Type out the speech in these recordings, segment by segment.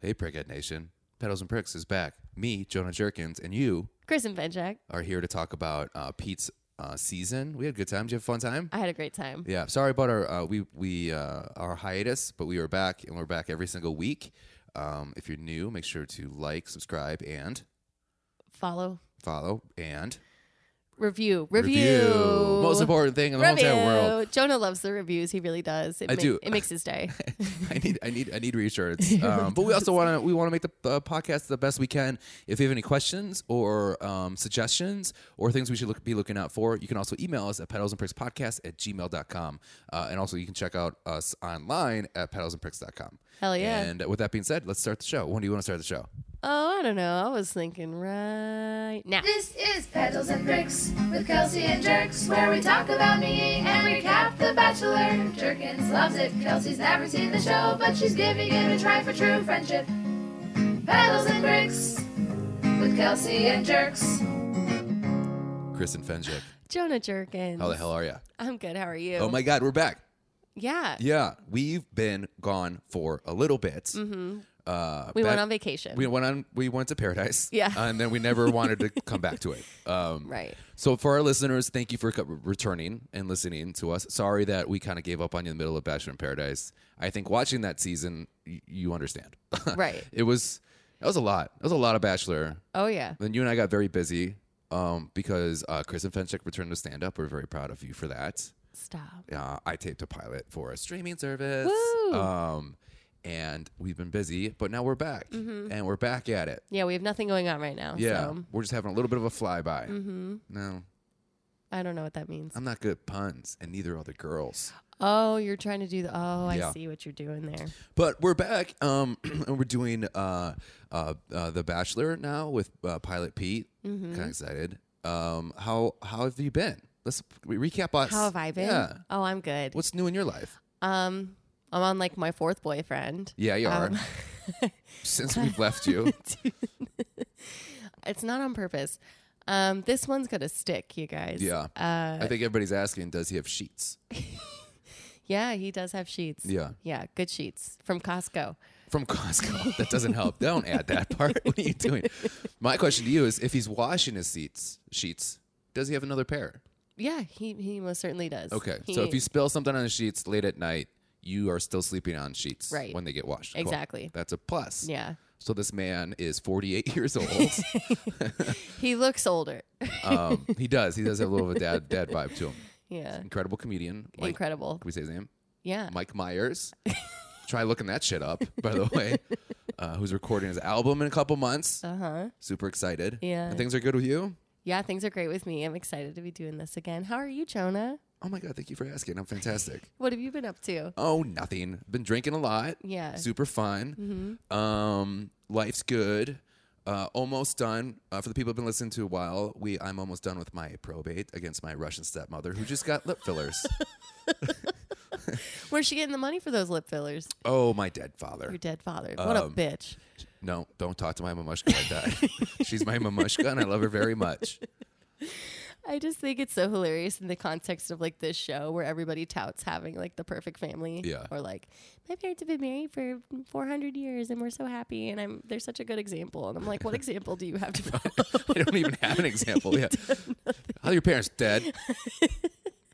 Hey, Prickhead Nation. Pedals and Pricks is back. Me, Jonah Jerkins, and you Kristen Benchak. are here to talk about uh, Pete's uh, season. We had a good time. Did you have a fun time? I had a great time. Yeah. Sorry about our uh, we we uh, our hiatus, but we were back and we're back every single week. Um, if you're new, make sure to like, subscribe, and Follow, follow, and review, review. Most important thing in the whole entire world. Review. Jonah loves the reviews. He really does. It I do. It makes his day. I need, I need, I need reassurance. Um, but we also want to, we want to make the uh, podcast the best we can. If you have any questions or um, suggestions or things we should look, be looking out for, you can also email us at pedals and pricks podcast at gmail.com. Uh, and also you can check out us online at pedals and pricks.com. Hell yeah. And with that being said, let's start the show. When do you want to start the show? oh, I don't know. I was thinking right now. This is Pedals and Bricks with Kelsey and Jerks, where we talk about me and recap The Bachelor. Jerkins loves it. Kelsey's never seen the show, but she's giving it a try for true friendship. Pedals and Bricks with Kelsey and Jerks. Kristen Fenjic. Jonah Jerkins. How the hell are you? I'm good. How are you? Oh my God, we're back. Yeah. Yeah. We've been gone for a little bit. Mm-hmm. Uh, we back- went on vacation. we went on we went to paradise Yeah. and then we never wanted to come back to it um, right. so for our listeners thank you for co- returning and listening to us sorry that we kind of gave up on you in the middle of bachelor in paradise i think watching that season y- you understand Right. it was that was a lot that was a lot of bachelor Oh, yeah. then you and i got very busy um, because uh, Chris and Fenchek returned to stand up. We're very proud of you for that. Stop. Uh, I taped a pilot for a streaming service. Woo. Um, and we've been busy, but now we're back. Mm-hmm. And we're back at it. Yeah, we have nothing going on right now. Yeah, So we're just having a little bit of a flyby. Mm-hmm. No, I don't know what that means. I'm not good at puns, and neither are the girls. oh, you're trying to do the. Oh, I Yeah. see what you're doing there. But we're back, um, and we're doing uh, uh, uh, the Bachelor now with uh, Pilot Pete. Mm-hmm. Kind of excited. Um, how how have you been? Let's re- recap us. How have I been? Yeah. Oh, I'm good. What's new in your life? Um, I'm on like my fourth boyfriend. Yeah, you are. Um, Since we've left you, it's not on purpose. Um, this one's gonna stick, you guys. yeah. Uh, I think everybody's asking, does he have sheets yeah, he does have sheets. Yeah. Yeah, good sheets from Costco. from Costco? that doesn't help. Don't add that part. What are you doing? My question to you is, if he's washing his seats sheets, does he have another pair? Yeah, he he most certainly does. Okay. He- so if you spill something on the sheets late at night, you are still sleeping on sheets Right. when they get washed. Cool. Exactly. That's a plus. yeah, So this man is 48 years old. he looks older. um, he does. He does have a little of a dad dad vibe to him. yeah, Incredible comedian. Mike, incredible. Can we say his name? Yeah, Mike Myers. Try looking that shit up, by the way. Uh, who's recording his album in a couple months? uh huh. Super excited. Yeah. And things are good with you. Yeah, things are great with me. I'm excited to be doing this again. How are you, Jonah? Oh my god! Thank you for asking. I'm fantastic. What have you been up to? Oh, nothing. Been drinking a lot. Yeah. Mm-hmm. Super fun. Um, life's good. Uh, almost done. Uh, for the people who've been listening to a while, we I'm almost done with my probate against my Russian stepmother who just got lip fillers. Where's she getting the money for those lip fillers? oh, my dead Your father. dead father. What Um, a bitch. No, don't talk to my mamushka like that. She's my mamushka, and I love her very much. I just think it's so hilarious in the context of like this show where everybody touts having like the perfect family. Yeah. Or like, my parents have been married for 400 years and we're so happy and I'm they're such a good example. And I'm like, what example do you have to follow? I don't even have an example. Yeah. How are your parents dead?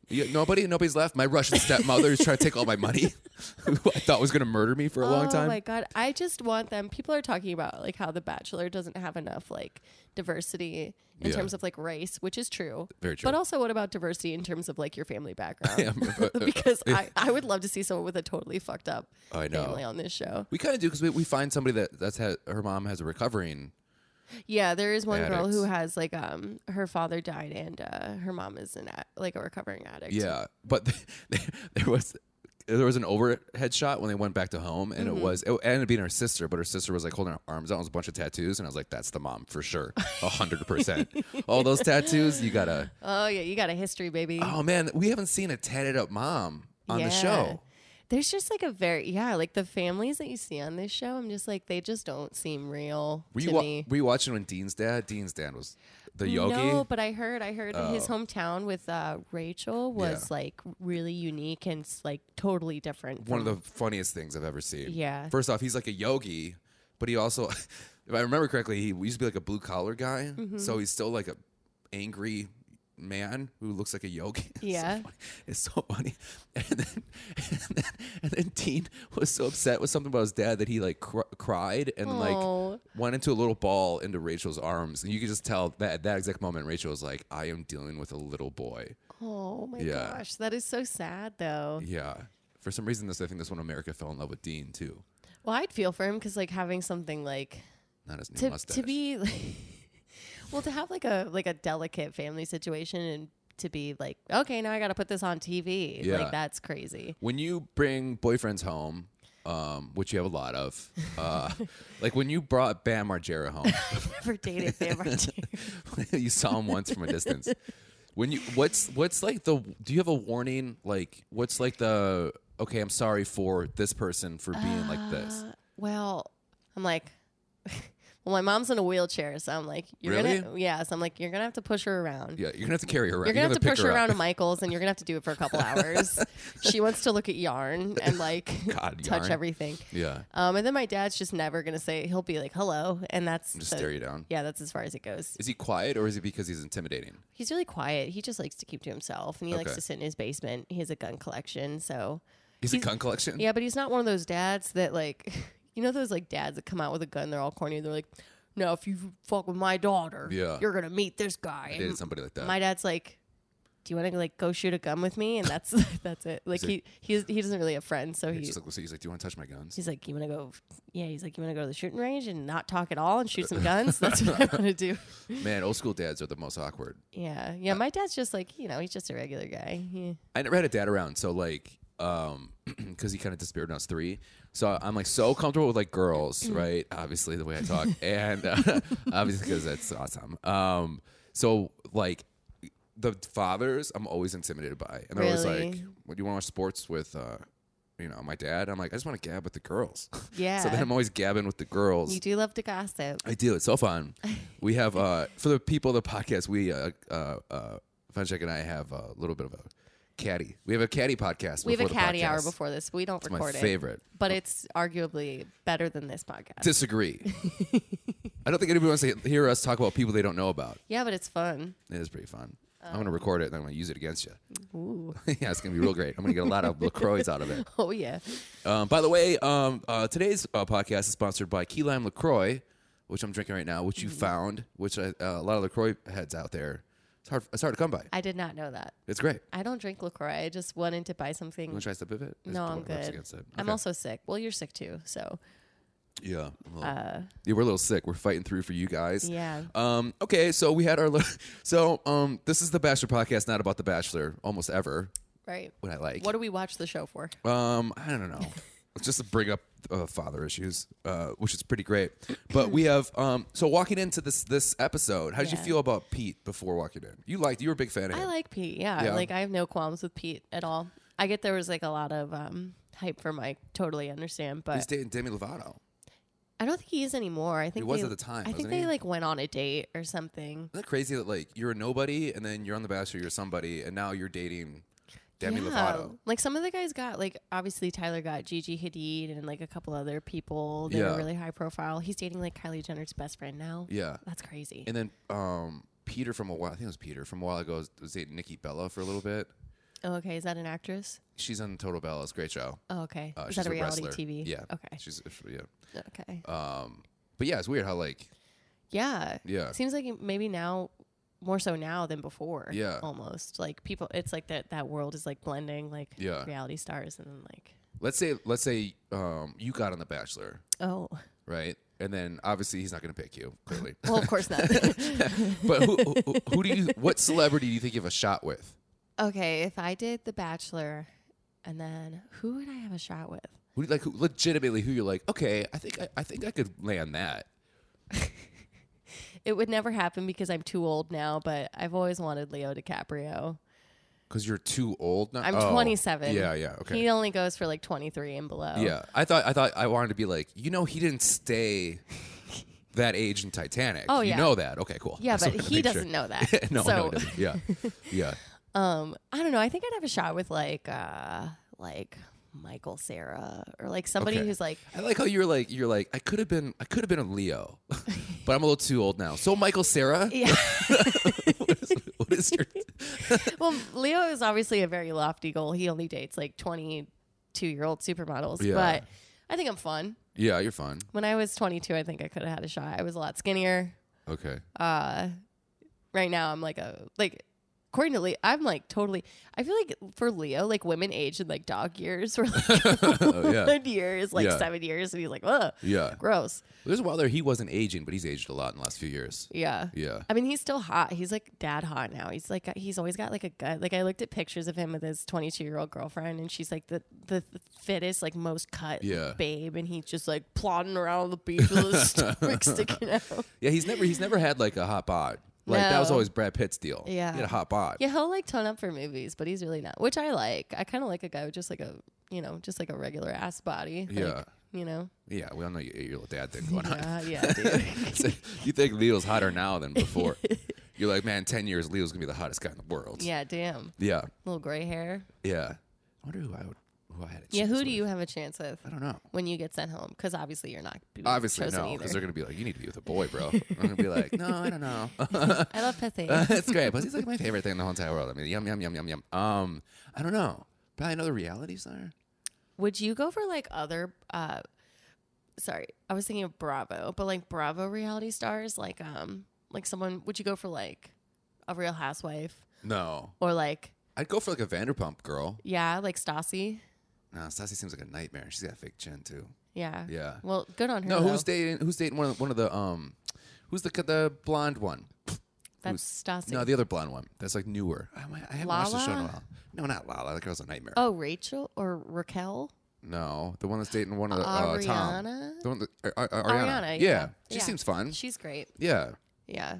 You- nobody, nobody's left. My Russian stepmother is trying to take all my money. who I thought was going to murder me for a long Oh time. my god! I just want them. People are talking about like how The Bachelor doesn't have enough like diversity in Yeah. terms of like race, which is true. Very true. But also, what about diversity in terms of like your family background? Yeah, but- because I, I would love to see someone with a totally fucked up I know. family on this show. We kind of do because we, we find somebody that that's had, her mom has a recovering. Yeah, there is one girl who Addicts. has like um her father died and uh, her mom is an ad- like a recovering addict. Yeah, but there was there was an overhead shot when they went back to home, and Mm-hmm. it was it ended up being her sister, but her sister was like holding her arms out with a bunch of tattoos, and I was like, that's the mom for sure, a hundred percent. All those tattoos, you gotta. Oh yeah, you got a history, baby. Oh man, we haven't seen a tatted up mom on the Yeah. show. There's just like a very yeah, like the families that you see on this show. I'm just like they just don't seem real Were to you, wa- me. were you watching when Dean's dad? Dean's dad was the yogi. Oh. No, but I heard I heard his hometown with uh, Rachel was like really unique and s- like totally different. one of from- the funniest things I've ever seen. Yeah. First off, he's like a yogi but he also, if I remember correctly, he used to be like a blue collar guy. Mm-hmm. So he's still like a angry man who looks like a yogi. It's so Yeah. funny. It's so funny. And then, and then, and then Dean was so upset with something about his dad that he like cr- cried and Aw. like went into a little ball into Rachel's arms. And you could just tell that at that exact moment, Rachel was like, I am dealing with a little boy. Oh my Yeah. gosh, that is so sad though. Yeah. For some reason, this I think that's when America fell in love with Dean too. Well, I'd feel for him because like having something like Not his new to mustache. to be like, well to have like a like a delicate family situation and to be like okay now I got to put this on TV Yeah. like that's crazy. when you bring boyfriends home, um, which you have a lot of, uh, like when you brought Bam Margera home, Never dated Bam Margera. you saw him once from a distance. When you what's what's like the do you have a warning like what's like the okay I'm sorry for this person for being like this Uh, well, I'm like, well, my mom's in a wheelchair, so I'm like, you're gonna, Really? yeah. So I'm like, you're gonna have to push her around. yeah you're gonna have to carry her around You're gonna have to pick push her up. around to Michael's, and you're gonna have to do it for a couple hours. She wants to look at yarn and like God, touch yarn. everything. yeah Um, and then my dad's just never gonna say. He'll be like, "Hello," and that's just the- stare you down Yeah, that's as far as it goes. is he quiet or is it because he's intimidating He's really quiet. He just likes to keep to himself, and he likes Okay. to sit in his basement. He has a gun collection, so he's, He's- a gun collection Yeah, but he's not one of those dads that like, you know, those like dads that come out with a gun. They're all corny. They're like, "No, if you fuck with my daughter, Yeah. you're gonna meet this guy." I And dated somebody like that my dad's like, "Do you want to like go shoot a gun with me?" And that's that's it. Like He's he he's, he doesn't really have friends, so he's he. just like, so he's like do you want to touch my guns He's like, you want to go? Yeah, he's like, you want to go to the shooting range and not talk at all and shoot some guns? That's what I want to do. man old school dads are the most awkward Yeah, yeah. My dad's just like, you know, he's just a regular guy. Yeah. I never had a dad around, so like, um, because he kind of disappeared when I was three. So I'm like so comfortable with like girls, Mm. right? Obviously, the way I talk, and uh, obviously because that's awesome. Um, so like the fathers, I'm always intimidated by, and they're always like, Really? "What do you want to watch sports with?" Uh, you know, my dad. I'm like, I just want to gab with the girls. Yeah. so then I'm always gabbing with the girls. You do love to gossip. I do. It's so fun. We have uh, for the people of the podcast. We uh, uh, uh, Funcheck and I have a little bit of a caddy. We have a caddy podcast. We have a before the caddy hour podcast. before this. But we don't It's my record it. favorite. but it's arguably better than this podcast. Disagree. I don't think anybody wants to hear us talk about people they don't know about. yeah, but it's fun. It is pretty fun. I'm Oh. gonna record it and I'm gonna use it against you. Ooh. yeah, it's gonna be real great. I'm gonna get a lot of Lacroix out of it. Oh yeah. Um, by the way, um, uh, today's uh, podcast is sponsored by Key Lime Lacroix, which I'm drinking right now, which you Mm-hmm. found, which I, uh, a lot of Lacroix heads out there. It's hard. It's hard to come by. I did not know that. It's great. I don't drink LaCroix. I just wanted to buy something. Want to try some of it? Just No, put I'm my lips good. against it. I'm Okay. also sick. Well, you're sick too, so yeah. I'm a little- yeah, we're a little sick. We're fighting through for you guys. uh, Yeah. Um. Okay. So we had our. li- So um. This is the Bachelor podcast, not about the Bachelor, almost ever. right. What I like. What do we watch the show for? Um, I don't know. Just to bring up uh, father issues, uh, which is pretty great. But we have um, so walking into this this episode, how did you Yeah. feel about Pete before walking in? You liked, you were a big fan of I him. like Pete. Yeah, Yeah. like I have no qualms with Pete at all. I get there was like a lot of um, hype for Mike. Totally understand, He's but dating Demi Lovato. I don't think he is anymore. I think was they- at the time, I think wasn't they he? like went on a date or something. Isn't that crazy that like you're a nobody and then you're on The Bachelor, you're somebody, and now you're dating Demi Lovato? Like some of the guys got like obviously Tyler got Gigi Hadid and like a couple other people that Yeah. are really high profile. He's dating like Kylie Jenner's best friend now. Yeah, That's crazy. and then um, Peter from a while, I think it was Peter from a while ago, was- was dating Nikki Bella for a little bit. oh, okay. Is that an actress? She's on Total Bellas, great show. Oh, okay. Uh, Is she's that a reality wrestler. TV? Yeah. Okay. She's yeah. Okay. Um, but yeah, it's weird how like yeah. yeah. Seems like maybe now more so now than before. Yeah. Almost like people. It's like that that world is like blending like Yeah. reality stars and then like let's say let's say um, you got on the bachelor oh right and then obviously he's not going to pick you clearly well of course not. but who, who, who do you what celebrity do you think you have a shot with okay. If I did The Bachelor, and then who would I have a shot with? who do you- like who, legitimately who you're like okay i think i, I think i could land that It would never happen because I'm too old now, but I've always wanted Leo DiCaprio. because you're too old now I'm Oh, 27. yeah yeah okay He only goes for like 23 and below. yeah i thought i thought i wanted to be like you know he didn't stay that age in titanic Oh, you yeah. know that okay cool Yeah, Just but wanted to he make sure. doesn't know that. no, so, no, he doesn't. yeah, yeah. um, I don't know. I think I'd have a shot with like, uh, like, Michael Sarah or like somebody Okay. who's like I like how you're like you're like I could have been I could have been a Leo, but I'm a little too old now. So Michael Sarah, yeah. what, is, what is your? well, Leo is obviously a very lofty goal. He only dates like 22 year old supermodels, Yeah. but I think I'm fun. Yeah, you're fine. When I was 22, I think I could have had a shot. I was a lot skinnier. Okay. Uh, right now, I'm like a like. According to Leo, I'm like totally. I feel like for Leo, like women age in like dog years. We're like Oh, yeah. one year is like Yeah. seven years, and he's like, "Ugh, Yeah. gross." There's a while there he wasn't aging, but he's aged a lot in the last few years. Yeah. Yeah. I mean, he's still hot. He's like dad hot now. He's like he's always got like a gut. Like I looked at pictures of him with his 22 year old girlfriend, and she's like the the fittest, like most cut Yeah. babe, and he's just like plodding around on the beach with his stomach sticking out. Yeah, he's never he's never had like a hot bod. Like that was No. always Brad Pitt's deal. Yeah. He had a hot bod. Yeah, he'll like tone up for movies, but he's really not. Which I like. I kind of like a guy with just like a you know just like a regular ass body. Like, Yeah. You know. Yeah, we all know your, your little dad thing going on. Yeah, yeah, dude. So you think Leo's hotter now than before. You're like, man, ten years, Leo's gonna be the hottest guy in the world. yeah, damn. Yeah. Little gray hair. Yeah. I wonder who I would who I had a Yeah, chance who do with. you have a chance with I don't know. when you get sent home? Because obviously you're not. being Obviously chosen no, either. because they're gonna be like, you need to be with a boy, bro. I'm gonna be like, no, I don't know. I love pussy. That's great. Pussy's like my favorite thing in the whole entire world. I mean, yum yum yum yum yum. Um, I don't know. Probably another reality star. Would you go for like other uh sorry, I was thinking of Bravo, but like Bravo reality stars, like um like someone would you go for like a real housewife No, or like I'd go for like a Vanderpump girl. yeah, like Stassi? No, Sassy seems like a nightmare. She's got a fake chin too. Yeah. Yeah. Well, good on her. No, though. who's dating? Who's dating one of the, one of the um, who's the the blonde one? That's Stassi. No, the other blonde one. That's like newer. Oh, I, might- I haven't watched the show in a Lala? while. No, not Lala. That girl's a nightmare. oh, Rachel or Raquel? No, the one that's dating one of the uh, Tom. Ariana? The one that, Ar- Ar- Ariana. Yeah. Ariana, yeah. She Yeah. seems fun. She's great. yeah, Yeah.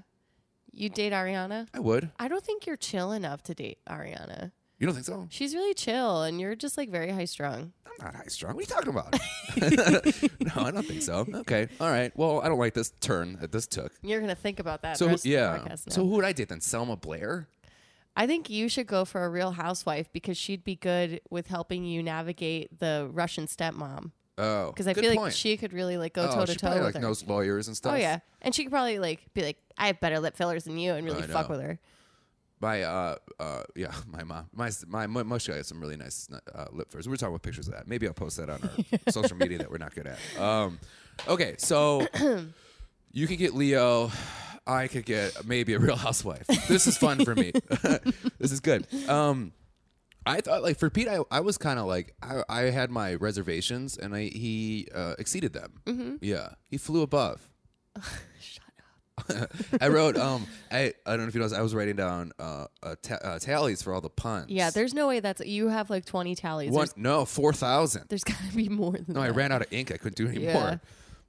You date Ariana? I would. I don't think you're chill enough to date Ariana. You don't think so? She's really chill and you're just like very high strung. I'm not high strung. What are you talking about? no, I don't think so. Okay. All right. Well, I don't like this turn that this took. You're gonna think about that. So the who- rest of the yeah. podcast now. So who would I date then? Selma Blair. I think you should go for a real housewife because she'd be good with helping you navigate the Russian stepmom. Oh, Because I good feel point. like she could really like go Oh, toe to she toe probably, with like her. knows lawyers and stuff. oh yeah, and she could probably like be like, I have better lip fillers than you, and really I fuck know. with her. My uh uh yeah, my mom, my s- my mu- mush guy has some really nice uh, lip fillers. We're talking about pictures of that. Maybe I'll post that on our social media that we're not good at. Um, okay, so you could get Leo. I could get maybe a Real Housewife. This is fun for me. this is good. Um, I thought like for Pete, I, I was kind of like I, I had my reservations, and I he uh, exceeded them. Yeah, he flew above. Mm-hmm. Shut up. I wrote um I, I don't know if you noticed I was writing down uh, uh, ta- uh tallies for all the puns. Yeah, there's no way that's you have like 20 tallies. one There's, no four thousand. there's gotta be more than No, I that. ran out of ink. I couldn't do any Yeah. more.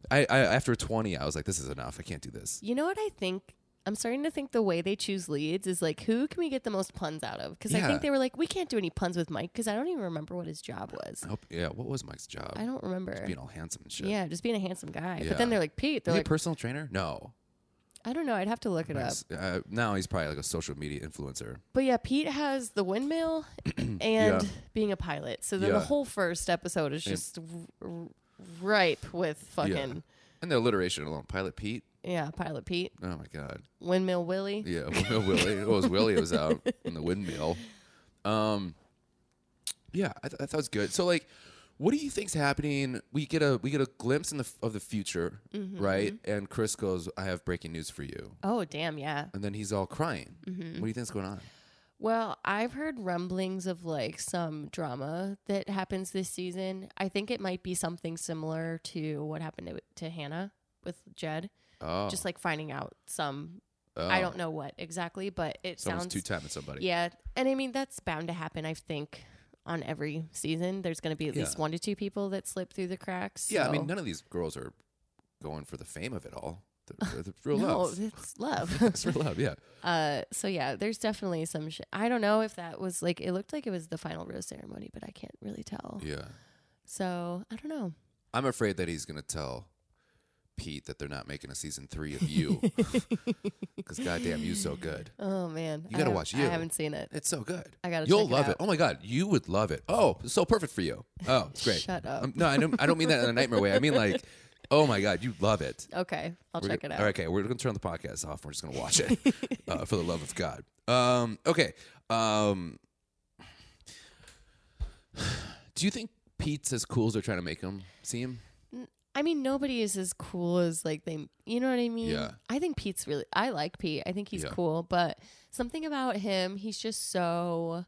I, I after twenty, I was like, this is enough. I can't do this. You know what I think? I'm starting to think the way they choose leads is like, who can we get the most puns out of? Because I Yeah. think they were like, we can't do any puns with Mike because I don't even remember what his job was. I hope, yeah, what was Mike's job? I don't remember. Being all handsome and shit. Yeah, just being a handsome guy. Yeah. But then they're like, Is Pete, they're he like, a personal trainer? No. I don't know. I'd have to look it up. He's- Uh, now he's probably like a social media influencer. But yeah, Pete has the windmill and being a pilot. So then the Yeah. whole first episode is just r- r- ripe with fucking, And the alliteration alone. Pilot Pete. yeah. pilot Pete, Oh my god. windmill Willie. Yeah, Will- Willie. It was Willie was out in the windmill. Um, yeah, I, th- I thought it was good. So like, what do you think's happening? We get a we get a glimpse in the f- of the future, Mm-hmm, right? And Chris goes, "I have breaking news for you," Oh, damn, yeah. and then he's all crying. Mm-hmm. What do you think's going on? Well, I've heard rumblings of like some drama that happens this season. I think it might be something similar to what happened to, to Hannah with Jed. Oh, Just like finding out some, oh. I don't know what exactly, but it Someone's sounds two timing somebody. Yeah. And I mean, that's bound to happen, I think, on every season. There's going to be at least Yeah. one to two people that slip through the cracks. yeah. I so- mean, none of these girls are going for the fame of it all. They're, they're real no, love. it's love. It's real love. Yeah. uh, so, yeah, there's definitely some shit. I don't know if that was like, it looked like it was the final rose ceremony, but I can't really tell. Yeah. So, I don't know. I'm afraid that he's gonna tell Pete that they're not making a season three of you because goddamn, you so good. Oh man, You I gotta have- watch I You. haven't seen it. It's so good. I gotta You'll check it love out. Oh my god, you would love it. Oh, it's so perfect for you. Oh, it's great. Shut up. Um, no, I don't. I don't mean that in a nightmare way. I mean like, oh my god, you love it. Okay, I'll We're check gonna- it out. all right, Okay, we're gonna turn the podcast off. We're just gonna watch it uh, for the love of God. Um, okay. Um, do you think Pete's as cool as they're trying to make him seem? I mean, nobody is as cool as like they. You know what I mean? Yeah. I think Pete's really. I like Pete. I think he's Yeah. cool, but something about him, he's just so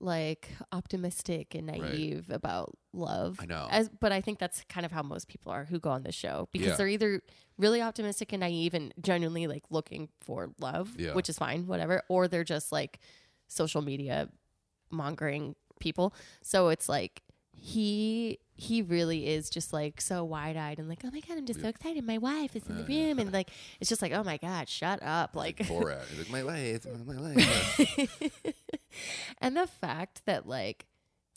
like optimistic and Right. naive about love. I know. As, but I think that's kind of how most people are who go on this show because Yeah. they're either really optimistic and naive and genuinely like looking for love, Yeah. which is fine, whatever, or they're just like social media mongering people. So it's like he he really is just like so wide eyed and like, oh my god, I'm just so excited. My wife is in the room and like it's just like, oh my god, shut up. Like Borat. He's like, my life, my life. and the fact that like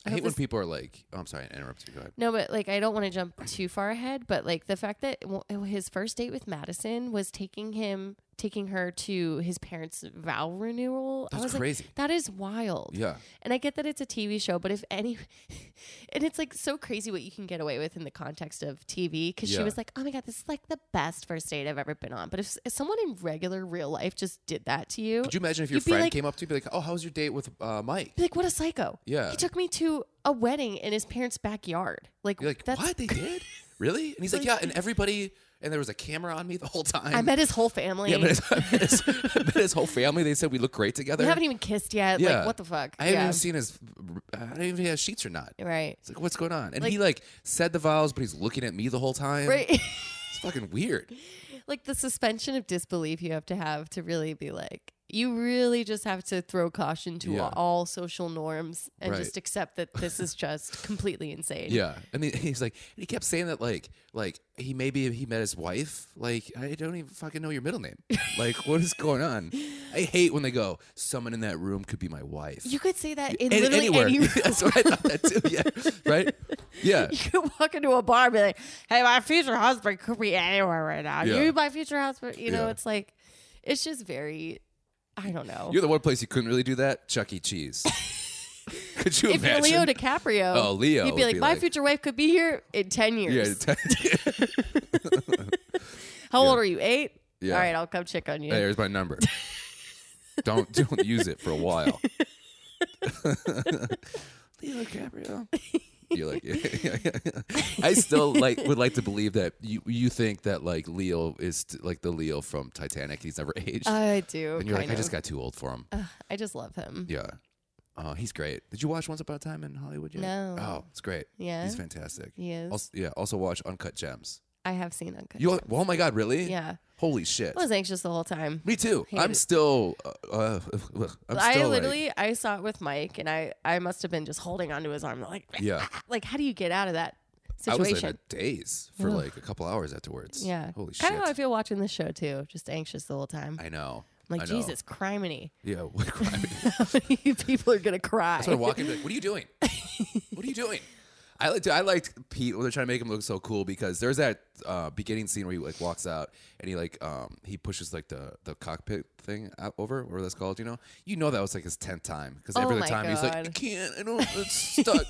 I hope hate when this- people are like, oh, I'm sorry, I interrupted you. Go ahead. No, but like I don't want to jump too far ahead, but like the fact that w- his first date with Madison was taking him taking her to his parents' vow renewal. I That's was like, crazy. that is wild. Yeah. And I get that it's a TV show, but if any, and it's like so crazy what you can get away with in the context of TV. Cause Yeah. she was like, oh my God, this is like the best first date I've ever been on. But if, if someone in regular real life just did that to you, Could you imagine if your You'd be friend like- came up to you, be like, oh, how was your date with uh, Mike? be like, what a psycho. Yeah. He took me to a wedding in his parents' backyard. Like, You're like, that's, what they did? Really? And he's like, yeah. And everybody, and there was a camera on me the whole time. I met his whole family. Yeah, but his, his, but his whole family. They said we look great together. We haven't even kissed yet. Yeah. Like, what the fuck? I haven't yeah. even seen his. I don't even know if he has sheets or not. right. It's like what's going on? And Like- he like said the vows, but he's looking at me the whole time. Right. It's fucking weird. like the suspension of disbelief you have to have to really be like, you really just have to throw caution to Yeah. all social norms and Right. just accept that this is just completely insane. Yeah. And he, he's like, and he kept saying that like, like he maybe he met his wife. Like I don't even fucking know your middle name. like what is going on? I hate when they go. Someone in that room could be my wife. You could say that in An- literally anywhere. any That's what I thought that too. Yeah. Right. Yeah. You could walk into a bar and be like, hey, my future husband could be anywhere right now. Yeah. You, my future husband. You know, Yeah. it's like, it's just very, I don't know. You're the one place you couldn't really do that. Chuck E. Cheese. could you if you're imagine? Leo DiCaprio, Oh, Leo you'd would be like, be my like- future wife could be here in ten yeah. years. it's- How old are you? Eight. Yeah. All right, I'll come check on you. Hey, here's my number. don't don't use it for a while. Leo DiCaprio. You're like, I still like would like to believe that you you think that like Leo is t- like the Leo from Titanic. He's never aged, I do. and you're like, Uh, kind I just of. Uh. got too old for him. Ugh, I just love him. yeah, uh, he's great. Did you watch Once Upon a Time in Hollywood yet? No. Oh, it's great. Yeah? he's fantastic. He is. Also, yeah. Also watch Uncut Gems. I have seen Uncut. You. Gems. Oh my God! Really? Yeah. Holy shit. I was anxious the whole time. Me too. Hated I'm it. still. Uh, uh, I'm I still like- literally I saw it with Mike, and I I must have been just holding onto his arm, like Yeah. like how do you get out of that I was in situation? a daze for Ugh. like a couple hours afterwards. yeah, Holy shit. Kind of how I feel watching this show too. Just anxious the whole time. I know. I'm I like know. Jesus, criminy! Yeah. What crime? How many people are gonna cry? so I walk in and be like, what are you doing? what are you doing? I like. I liked Pete. Well, they're trying to make him look so cool because there's that uh, beginning scene where he like walks out and he like um he pushes like the the cockpit thing out over whatever that's called. You know, you know that was like his tenth time because Oh every other my time he's like, I God. can't. I don't. It's stuck.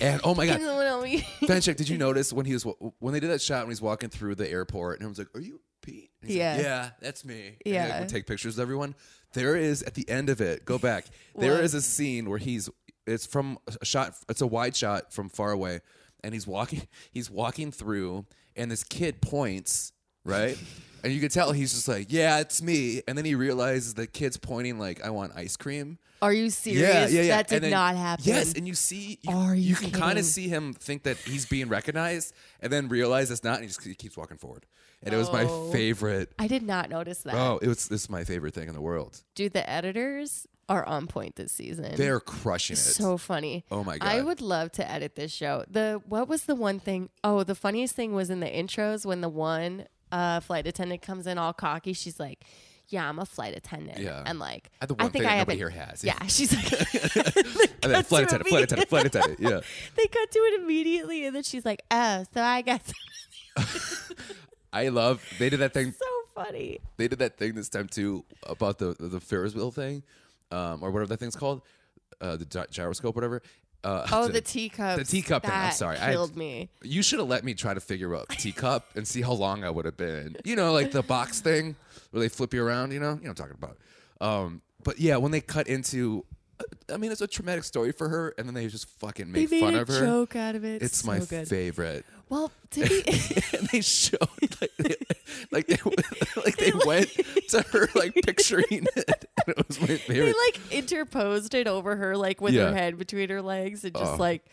and oh my god, Can someone help me? Benchik, did you notice when he was when they did that shot when he's walking through the airport and everyone's like, "Are you Pete?" And he's like, Yeah. yeah, that's me. And Yeah. he, like, would take pictures of everyone. There is at the end of it. Go back. There What? is a scene where he's it's from a shot. It's a wide shot from far away, and he's walking. He's walking through, and this kid points right. And you can tell he's just like, yeah, it's me. And then he realizes the kid's pointing like, I want ice cream. Are you serious? That did And then- not happen. Yes, and you see, you, Are you can kind kidding? of see him think that he's being recognized, and then realize it's not, and he just he keeps walking forward. And it was my Oh. favorite. I did not notice that. Oh, it was this is my favorite thing in the world. Dude, the editors are on point this season. They're crushing it. so funny. Oh my I God. would love to edit this show. The what was the one thing? Oh, the funniest thing was in the intros when the one uh, flight attendant comes in all cocky. She's like, "Yeah, I'm a flight attendant." Yeah. And like, I- the one I thing think I that have nobody an- here has. Yeah, she's like. and then flight attendant, flight attendant, flight attendant. Yeah, They cut to it immediately, and then she's like, "Oh, so I guess." I love they did that thing so funny. they did that thing this time too about the the Ferris wheel thing, um, or whatever that thing's called, uh, the gy- gyroscope, whatever. Uh, Oh, the teacup. the teacup thing, I'm That sorry. I- killed me. you should have let me try to figure out teacup and see how long I would have been. You know, like the box thing where they flip you around. You know, you know what I'm talking about. Um, but yeah, when they cut into, uh, I mean, it's a traumatic story for her, and then they just fucking They make made fun a of her. joke out of it. It's so my good. favorite. Well, to be and they showed like they, like they, like they went to her like picturing it. And it was my they favorite. like interposed it over her, like with Yeah. her head between her legs, and just Oh. like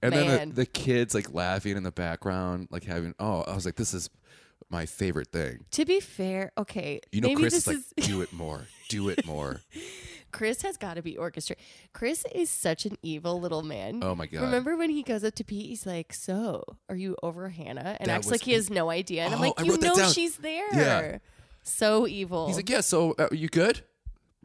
and then man. the, the kids like laughing in the background, like having oh, I was like, this is my favorite thing. to be fair. Okay, You know, maybe Chris this is like, is do it more, do it more. Chris has got to be orchestrated. Chris is such an evil little man. Oh my god! Remember when he goes up to Pete? He's like, "So, are you over Hannah?" And That acts was- like he has no idea. And I'm Oh, like, I "You wrote that know down. she's there." Yeah. So evil. He's like, yeah. So uh, you good?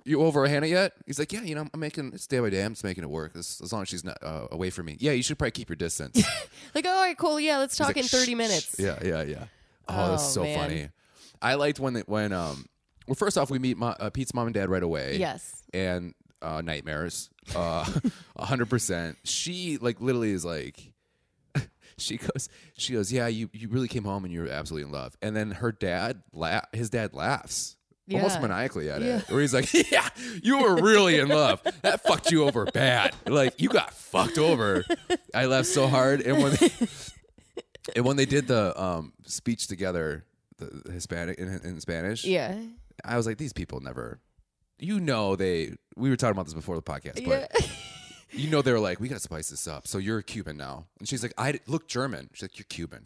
You over Hannah yet? He's like, yeah. You know, I'm making it's day by day. I'm just making it work as, as long as she's not uh, away from me. Yeah, you should probably keep your distance. He's Like, all right, cool. Yeah, let's talk like, in 30 "Shh, shh." minutes. Yeah, yeah, yeah. Oh, that's Oh, so man. funny. I liked when they, when um well first off we meet Mo- uh, Pete's mom and dad right away. Yes. and uh, nightmares. Uh, a hundred percent. She like literally is like, she goes, she goes, yeah, you you really came home and you were absolutely in love. And then her dad, la- his dad laughs. Almost Yeah. maniacally at Yeah. it, where he's like, "Yeah, you were really in love. That fucked you over bad. Like you got fucked over." I laughed so hard, and when they, and when they did the um, speech together, the the Hispanic in, in Spanish, Yeah. I was like, these people never. You know they. We were talking about this before the podcast, but yeah. you know they were like, we gotta spice this up. So you're a Cuban now, and she's like, I look German. She's like, you're Cuban.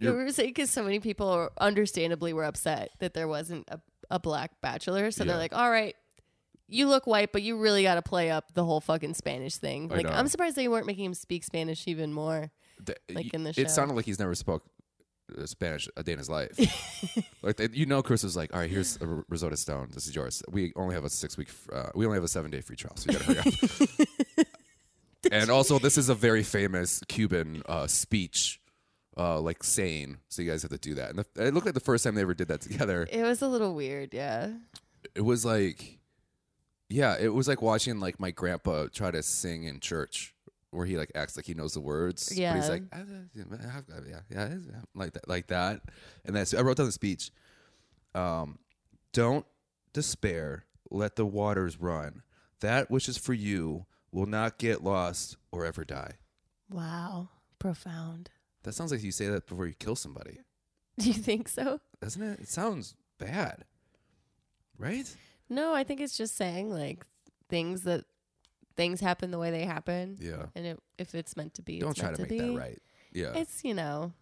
You were saying because so many people, are- understandably, were upset that there wasn't a, a black bachelor. So Yeah. they're like, all right, you look white, but you really got to play up the whole fucking Spanish thing. I Like, know. I'm surprised they weren't making him speak Spanish even more. Th- Like y- in the it show. sounded like he's never spoke uh, Spanish a day in his life. like they, you know, Chris was like, all right, here's a r- Rosetta Stone. This is yours. We only have a six week. f- Uh, we only have a seven day free trial, so you gotta hurry up. and also, this is a very famous Cuban uh, speech. Uh, like saying, so you guys have to do that. And the, it looked like the first time they ever did that together. It was a little weird. Yeah. it was like yeah it was like watching like my grandpa try to sing in church where he like acts like he knows the words but Yeah. he's like "Ah, yeah, yeah, yeah, yeah, yeah," like that like that and that's i wrote down the speech um don't despair let the waters run that which is for you will not get lost or ever die Wow. Profound. that sounds like you say that before you kill somebody Do you think so? doesn't it it sounds bad right No, I think it's just saying like things that things happen the way they happen. yeah And it, if it's meant to be, don't it's try meant to make be. that right yeah It's, you know,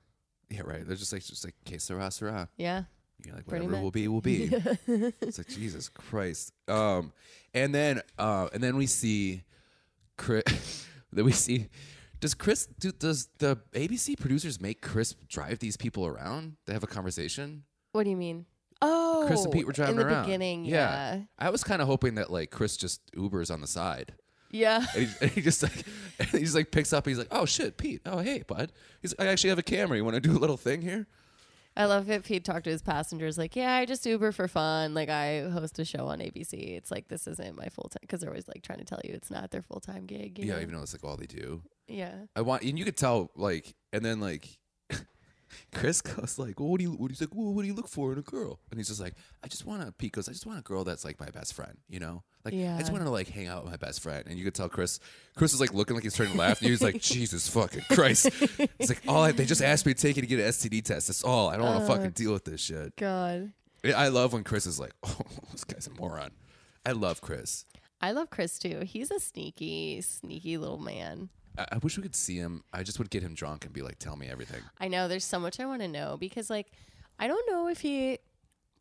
Yeah, right. They're just like just like que sera sera. yeah. You're like Pretty whatever much. will be will be. it's like Jesus Christ. Um, and then uh, and then we see Chris. then we see does Chris do, does the ABC producers make Chris drive these people around to have a conversation? What do you mean? Oh, Chris and Pete were driving in the around. beginning. Yeah. Yeah, I was kind of hoping that like Chris just Ubers on the side. yeah. And he, and he just like and he just like picks up. And he's like, "Oh shit, Pete! Oh hey, bud! He's I actually have a camera. You want to do a little thing here?" I love it. Pete talked to his passengers like, "Yeah, I just Uber for fun. Like, I host a show on ABC. It's like this isn't my full time because they're always like trying to tell you it's not their full time gig. you Yeah, know? even though it's like all they do. yeah. I want, and you could tell, like, and then like, Chris goes like, well, "What do you?" What he's like, well, "What do you look for in a girl?" And he's just like, "I just want a." Pete goes, "I just want a girl that's like my best friend, you know, like I just Yeah. want to like hang out with my best friend." And you could tell Chris, Chris is like looking like he's trying to laugh, and he's like, "Jesus fucking Christ!" It's like all I, they just asked me to take it to get an STD test. That's all. I don't Uh. want to fucking deal with this shit. God, I I love when Chris is like, "Oh, this guy's a moron." I love Chris. I love Chris too. He's a sneaky, sneaky little man. I, I wish we could see him. I just would get him drunk and be like, "Tell me everything." I know there's so much I want to know because like I don't know if he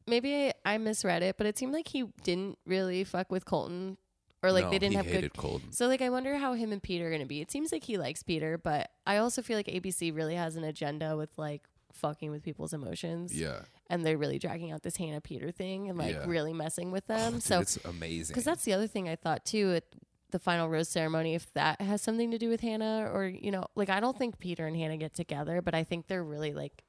maybe I misread it, but it seemed like he didn't really fuck with Colton or like No, they he didn't have hated good Colton. So like I wonder how him and Peter are going to be. It seems like he likes Peter, but I also feel like ABC really has an agenda with like fucking with people's emotions Yeah. and they're really dragging out this Hannah Peter thing and like Yeah. really messing with Oh, them. dude, so it's amazing. because that's the other thing I thought too at the final rose ceremony. If that has something to do with Hannah, or you know, like I don't think Peter and Hannah get together, but I think they're really like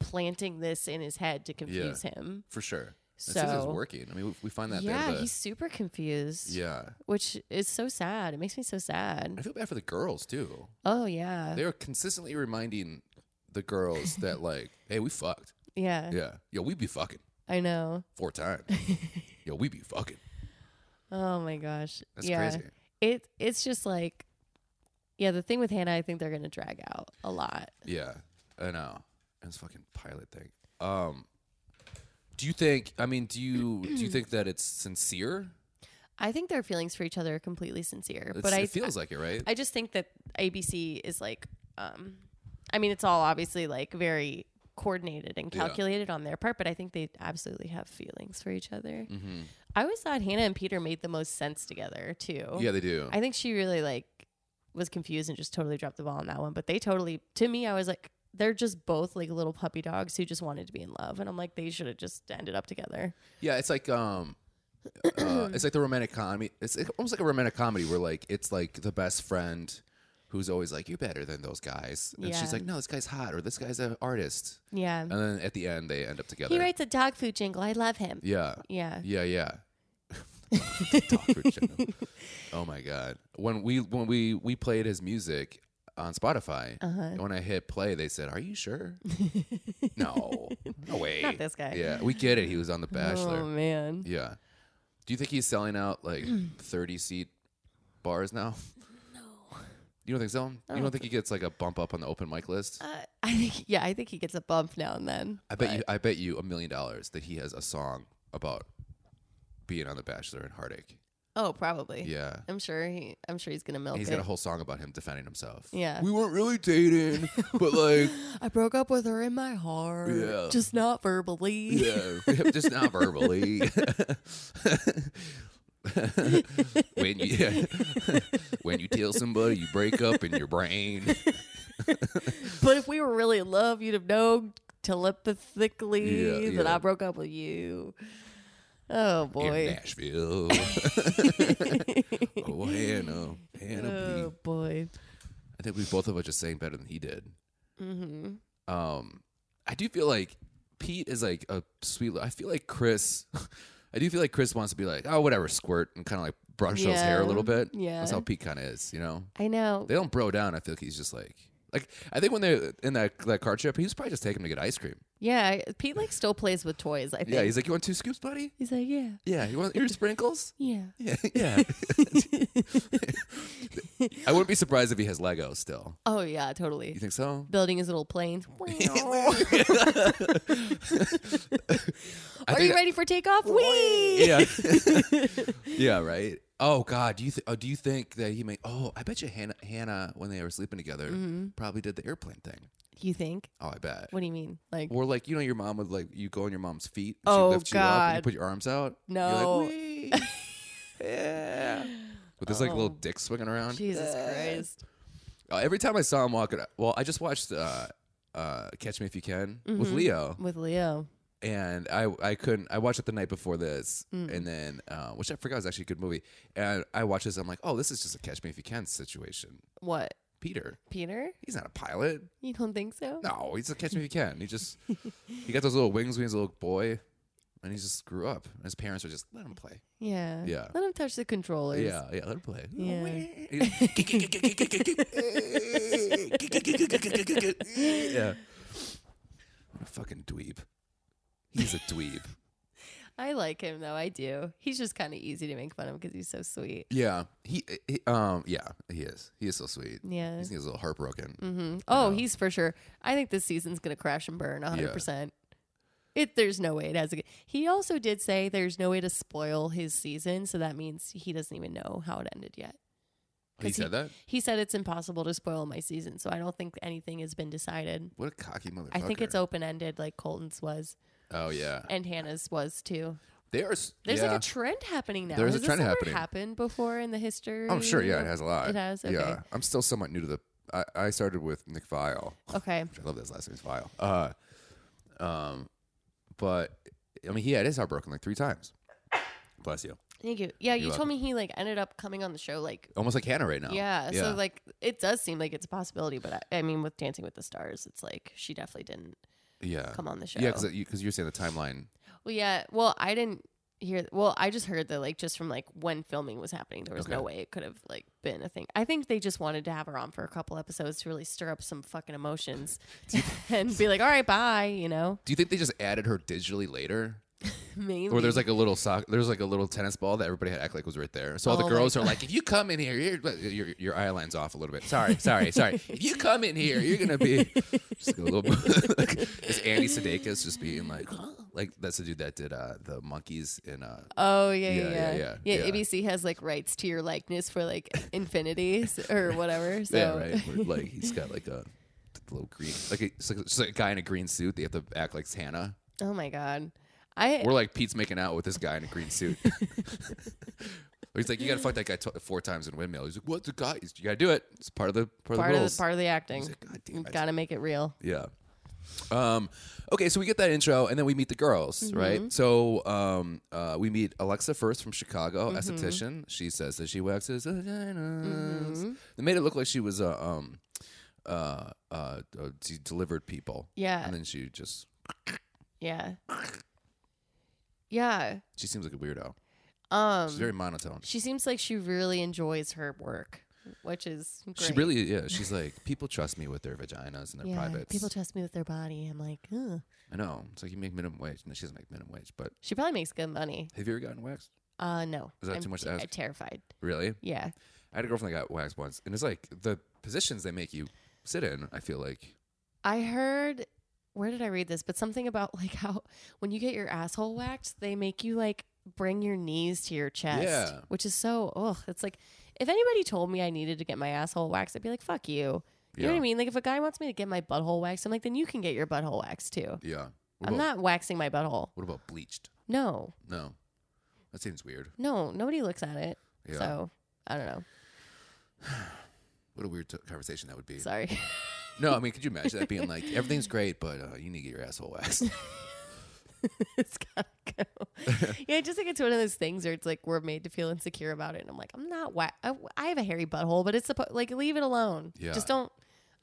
planting this in his head to confuse him. for sure. It seems like it's So- working. I mean, we, we find that yeah, there. but- he's super confused. yeah. Which is so sad. It makes me so I sad. feel bad for the girls too. Oh yeah. They were consistently reminding the girls that like, hey, we fucked. Yeah. Yeah, yo, we be fucking I know. four times. yo, we be fucking. Oh my gosh. That's yeah. crazy. It it's just like yeah, the thing with Hannah, I think they're gonna drag out a lot. Yeah, I know. And this fucking pilot thing. Um, do you think? I mean, do you do you think that it's sincere? I think their feelings for each other are completely sincere. It's, but it I feels like it, right? I just think that ABC is like, um, I mean, it's all obviously like very coordinated and Yeah. calculated on their part, but I think they absolutely have feelings for each other. Mm-hmm. I always thought Hannah and Peter made the most sense together too. yeah, they do. I think she really like was confused and just totally dropped the ball on that one. But they totally, to me, I was like, they're just both like little puppy dogs who just wanted to be in love, and I'm like, they should have just ended up together. yeah, it's like um, uh, it's like the romantic comedy. It's like- almost like a romantic comedy where like it's like the best friend who's always like, "You're better than those guys," and Yeah. she's like, "No, this guy's hot," or "This guy's an artist," Yeah. and then at the end they end up together. he writes a dog food jingle. I love him. yeah, Yeah. Yeah, yeah. Talk for Jenna. oh my god! When we when we we played his music on Spotify, Uh-huh. and when I hit play, they said, "Are you sure?" no, no way. Not this guy. Yeah, we get it. He was on The Bachelor. Oh man. yeah. Do you think he's selling out like Mm. thirty seat bars now? No. You don't think so? You don't think he gets like a bump up on the open mic list? Uh, I think yeah, I think he gets a bump now and then. I bet you. I bet you a million dollars that he has a song about being on The Bachelor and heartache. Oh, probably. Yeah. I'm sure he. I'm sure he's gonna milk He's it. got a whole song about him defending himself. Yeah. We weren't really dating, but like, I broke up with her in my heart, Yeah. just not verbally. yeah, just not verbally. when you when you tell somebody you break up in your brain, But if we were really in love, you'd have known telepathically Yeah, that yeah. I broke up with you. Oh in boy. Nashville. oh Hannah, Hannah, Oh B. boy. I think we both of us just sang better than he did. Mm-hmm. Um, I do feel like Pete is like a sweet. I feel like Chris. I do feel like Chris wants to be like, oh, whatever, squirt, and kind of like brush those hair a Yeah. little bit. Yeah. that's how Pete kind of is, you know. I know. They don't bro down. I feel like he's just like, like I think when they're in that that car trip, he was probably just taking him to get ice cream. yeah, I- Pete like still plays with toys. I think. Yeah, he's like, you want two scoops, buddy? he's like yeah, Yeah, you want your sprinkles? yeah. Yeah, yeah. I wouldn't be surprised if he has Legos still. Oh yeah, totally. You think so? building his little planes. I Are think you ready for takeoff? Whee! yeah, yeah, right. Oh God, do you th- oh, do you think that he made? Oh, I bet you Hannah, Hannah when they were sleeping together, probably did the airplane thing. You think? Oh, I bet. Mm-hmm. What do you mean? Like, Or like you know, your mom would like you go on your mom's feet. And Oh, she lifts you up and you God. put your arms out. You're like, No. "Wee." yeah. With this like little Oh. dick swinging around. Jesus Christ. Uh, every time I saw him walking, well, I just watched uh, uh, Catch Me If You Can with Leo, With Leo. and I I couldn't. I watched it the night before this, and then uh, which I forgot was actually a good movie. And I watched this. I'm like, oh, this is just a Catch Me If You Can situation. What? Peter, Peter? he's not a pilot. You don't think so? No, he's a Catch Me If You Can. He just he got those little wings when he was a little boy, and he just grew up. And his parents were just let him play. Yeah. Yeah. Let him touch the controllers. Yeah, yeah, let him play. Yeah. yeah. What a fucking dweeb. He's a dweeb. I like him though. I do. He's just kind of easy to make fun of because he's so sweet. Yeah, he, he- um yeah he is. He is so sweet. Yeah. He's a little heartbroken. Mm. Oh, he's for sure. I think this season's gonna crash and burn 100. percent It there's no way it has. A, he also did say there's no way to spoil his season, so that means he doesn't even know how it ended yet. He 'Cause said that. Oh, He said it's impossible to spoil my season, so I don't think anything has been decided. What a cocky motherfucker. I think it's open ended, like Colton's was Oh yeah. and Hannah's was too. They are. s- There's yeah. like a trend happening now. There's a Has this trend ever happening. Happened before in the history? I'm sure. Yeah, of- it has a lot. It has. Okay. Yeah, I'm still somewhat new to the. I, I started with Nick File. Okay. I love this last name's File. Uh, um, but I mean, he had his heart broken like three times. Bless you. Thank you. Yeah, you You're Oh, told me he like ended up coming on the show like Almost like Hannah right now. Yeah, So like it does seem like it's a possibility, but I, I mean with Dancing with the Stars, it's like she definitely didn't yeah. come on the show. Yeah, because you, are saying the timeline. Well, yeah. Well, I didn't hear. Well, I just heard that like just from like when filming was happening, there was no Okay. way it could have like been a thing. I think they just wanted to have her on for a couple episodes to really stir up some fucking emotions and be like, all right, bye. You know, Do you think they just added her digitally later? maybe. Or there's like a little sock, there's like a little tennis ball that everybody had act like was right there. So all Oh the my girls are like, if you come in here, you're, your your eye line's off a little bit. Sorry, sorry, sorry. If you come in here, you're gonna be just a little. like, is Andy Sudeikis just being like, huh? like that's the dude that did uh, the monkeys in uh, Oh yeah yeah Yeah, yeah. yeah, yeah, yeah, yeah. ABC has like rights to your likeness for like infinity s- or whatever. So yeah, right. Where, like he's got like a little green, like a, it's like, it's like a guy in a green suit. They have to act like it's Hannah. oh my god, I We're like Pete's making out with this guy in a green suit. He's like, you gotta fuck that guy tw- four times in windmill. He's like, what the guy? You gotta do it. It's part of the part, part of the of rules. the, part of the acting. He's like, God damn You it. gotta make it real. Yeah. Um, okay, so we get that intro, and then we meet the girls, Mm-hmm. right? So um, uh, we meet Alexa first from Chicago, Mm-hmm. esthetician. She says that she waxes vaginas. Mm-hmm. They made it look like she was a um, uh, uh, uh, she delivered people. Yeah. and then she just Yeah. Yeah. she seems like a weirdo. Um She's very monotone. she seems like she really enjoys her work, which is great. She really, yeah. She's like, people trust me with their vaginas and their yeah, privates. people trust me with their body. I'm like, Ugh. I know. It's like you make minimum wage, and she doesn't make minimum wage. But she probably makes good money. have you ever gotten waxed? Uh no. Is that I'm, too much to ask? I'm terrified. Really? Yeah. I had a girlfriend that got waxed once, and it's like the positions they make you sit in. I feel like I heard where did I read this? But something about like how when you get your asshole waxed, they make you like bring your knees to your chest. Yeah. Which is so ugh. It's like if anybody told me I needed to get my asshole waxed, I'd be like, fuck you. You know what Yeah. I mean? Like if a guy wants me to get my butthole waxed, I'm like, then you can get your butthole waxed too. yeah. What I'm about, not waxing my butthole. What about bleached? No, No, that seems weird. no, nobody looks at it. Yeah. So I don't know. What a weird t- conversation that would be. Sorry. No, I mean, could you imagine that being like everything's great, but uh, you need to get your asshole waxed? it's gotta go. yeah, I just think it's one of those things where it's like we're made to feel insecure about it. And I'm like, I'm not wa- I, I have a hairy butthole, but it's supposed like leave it alone. Yeah. Just don't.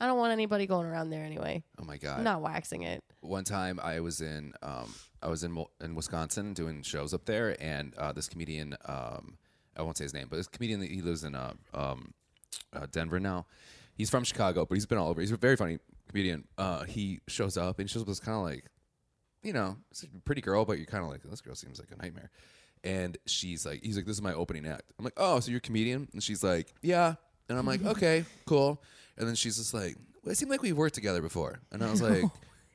I don't want anybody going around there anyway. Oh my god! I'm not waxing it. one time I was in um, I was in Mo- in Wisconsin doing shows up there, and uh, this comedian um, I won't say his name, but this comedian he lives in uh, um, uh, Denver now. He's from Chicago, but he's been all over. He's a very funny comedian. Uh, he shows up and he shows up as kind of like, you know, it's a pretty girl, but you're kind of like this girl seems like a nightmare. And she's like, he's like, this is my opening act. I'm like, oh, so you're a comedian? And she's like, yeah. And I'm like, okay, cool. And then she's just like, well, it seemed like we've worked together before. And I was like,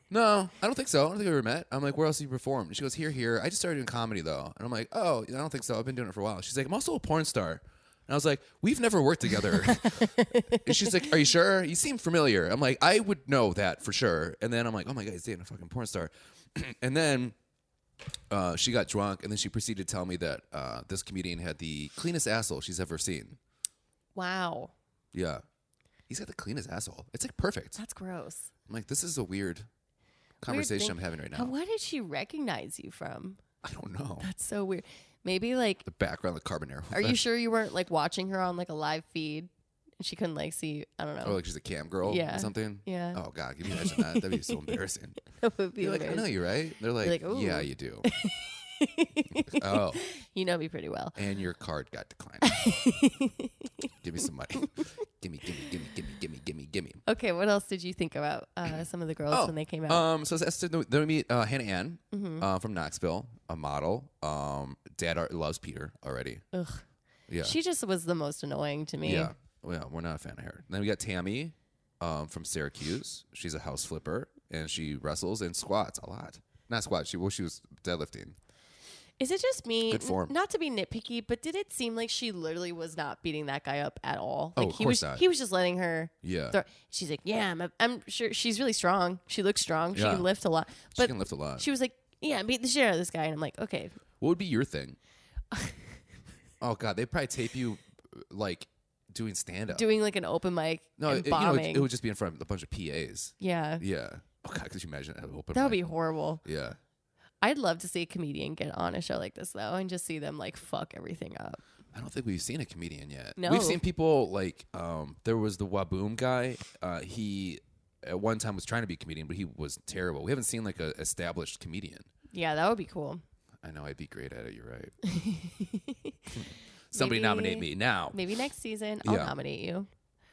no, I don't think so. I don't think we ever met. I'm like, where else have you performed? And she goes, here, here. I just started doing comedy though. And I'm like, oh, I don't think so. I've been doing it for a while. She's like, I'm also a porn star. And I was like, we've never worked together. and she's like, are you sure? You seem familiar. I'm like, I would know that for sure. And then I'm like, oh my God, he's dating a fucking porn star. and then uh, she got drunk and then she proceeded to tell me that uh, this comedian had the cleanest asshole she's ever seen. Wow, Yeah. He's got the cleanest asshole. It's like perfect. that's gross. I'm like, this is a weird Weird conversation thing. I'm having right now. How- What did she recognize you from? I don't know. That's so weird. Maybe like, The background, the carbon arrow. are you sure you weren't like watching her on like a live feed and she couldn't like see? I don't know. Oh, like she's a cam girl Yeah. or something? Yeah. Oh, God. Can you imagine that? That'd be so embarrassing. that would be You're like, I weird. know you, right? They're like, like, yeah, ooh. you do. oh, you know me pretty well. and your card got declined. give me some money. Gimme, gimme, gimme, gimme, gimme, gimme, gimme. Okay, what else did you think about uh, some of the girls when they came out? Mm-hmm. Um, so that's, then we meet uh, Hannah Ann uh, from Knoxville, a model. Um, Dad ar- loves Peter already. Ugh. Yeah. She just was the most annoying to me. Yeah. Well, we're not a fan of her. Then we got Tammy um, from Syracuse. She's a house flipper and she wrestles and squats a lot. Not squats. She well, she was deadlifting. Is it just me? Good form. n- Not to be nitpicky, but did it seem like she literally was not beating that guy up at all? Oh, like of he course was not. he was just letting her Yeah. throw she's like, Yeah, I'm, a, I'm sure she's really strong. She looks strong. She Yeah. can lift a lot. she But can lift a lot. she was like, Yeah, I beat the shit out of this guy and I'm like, Okay. what would be your thing? oh God, they probably tape you like doing stand up. Doing like an open mic no, and it, you know, bombing. it, it would just be in front of a bunch of PAs. yeah. Yeah. Oh God, could you imagine an open? That would be mic? horrible. Yeah. I'd love to see a comedian get on a show like this though and just see them like fuck everything up. I don't think we've seen a comedian yet. No. We've seen people like um there was the Waboom guy. Uh he at one time was trying to be a comedian, but he was terrible. We haven't seen like a established comedian. Yeah, that would be cool. I know I'd be great at it. You're right. Somebody nominate Maybe- me now. Maybe next season I'll Yeah. nominate you.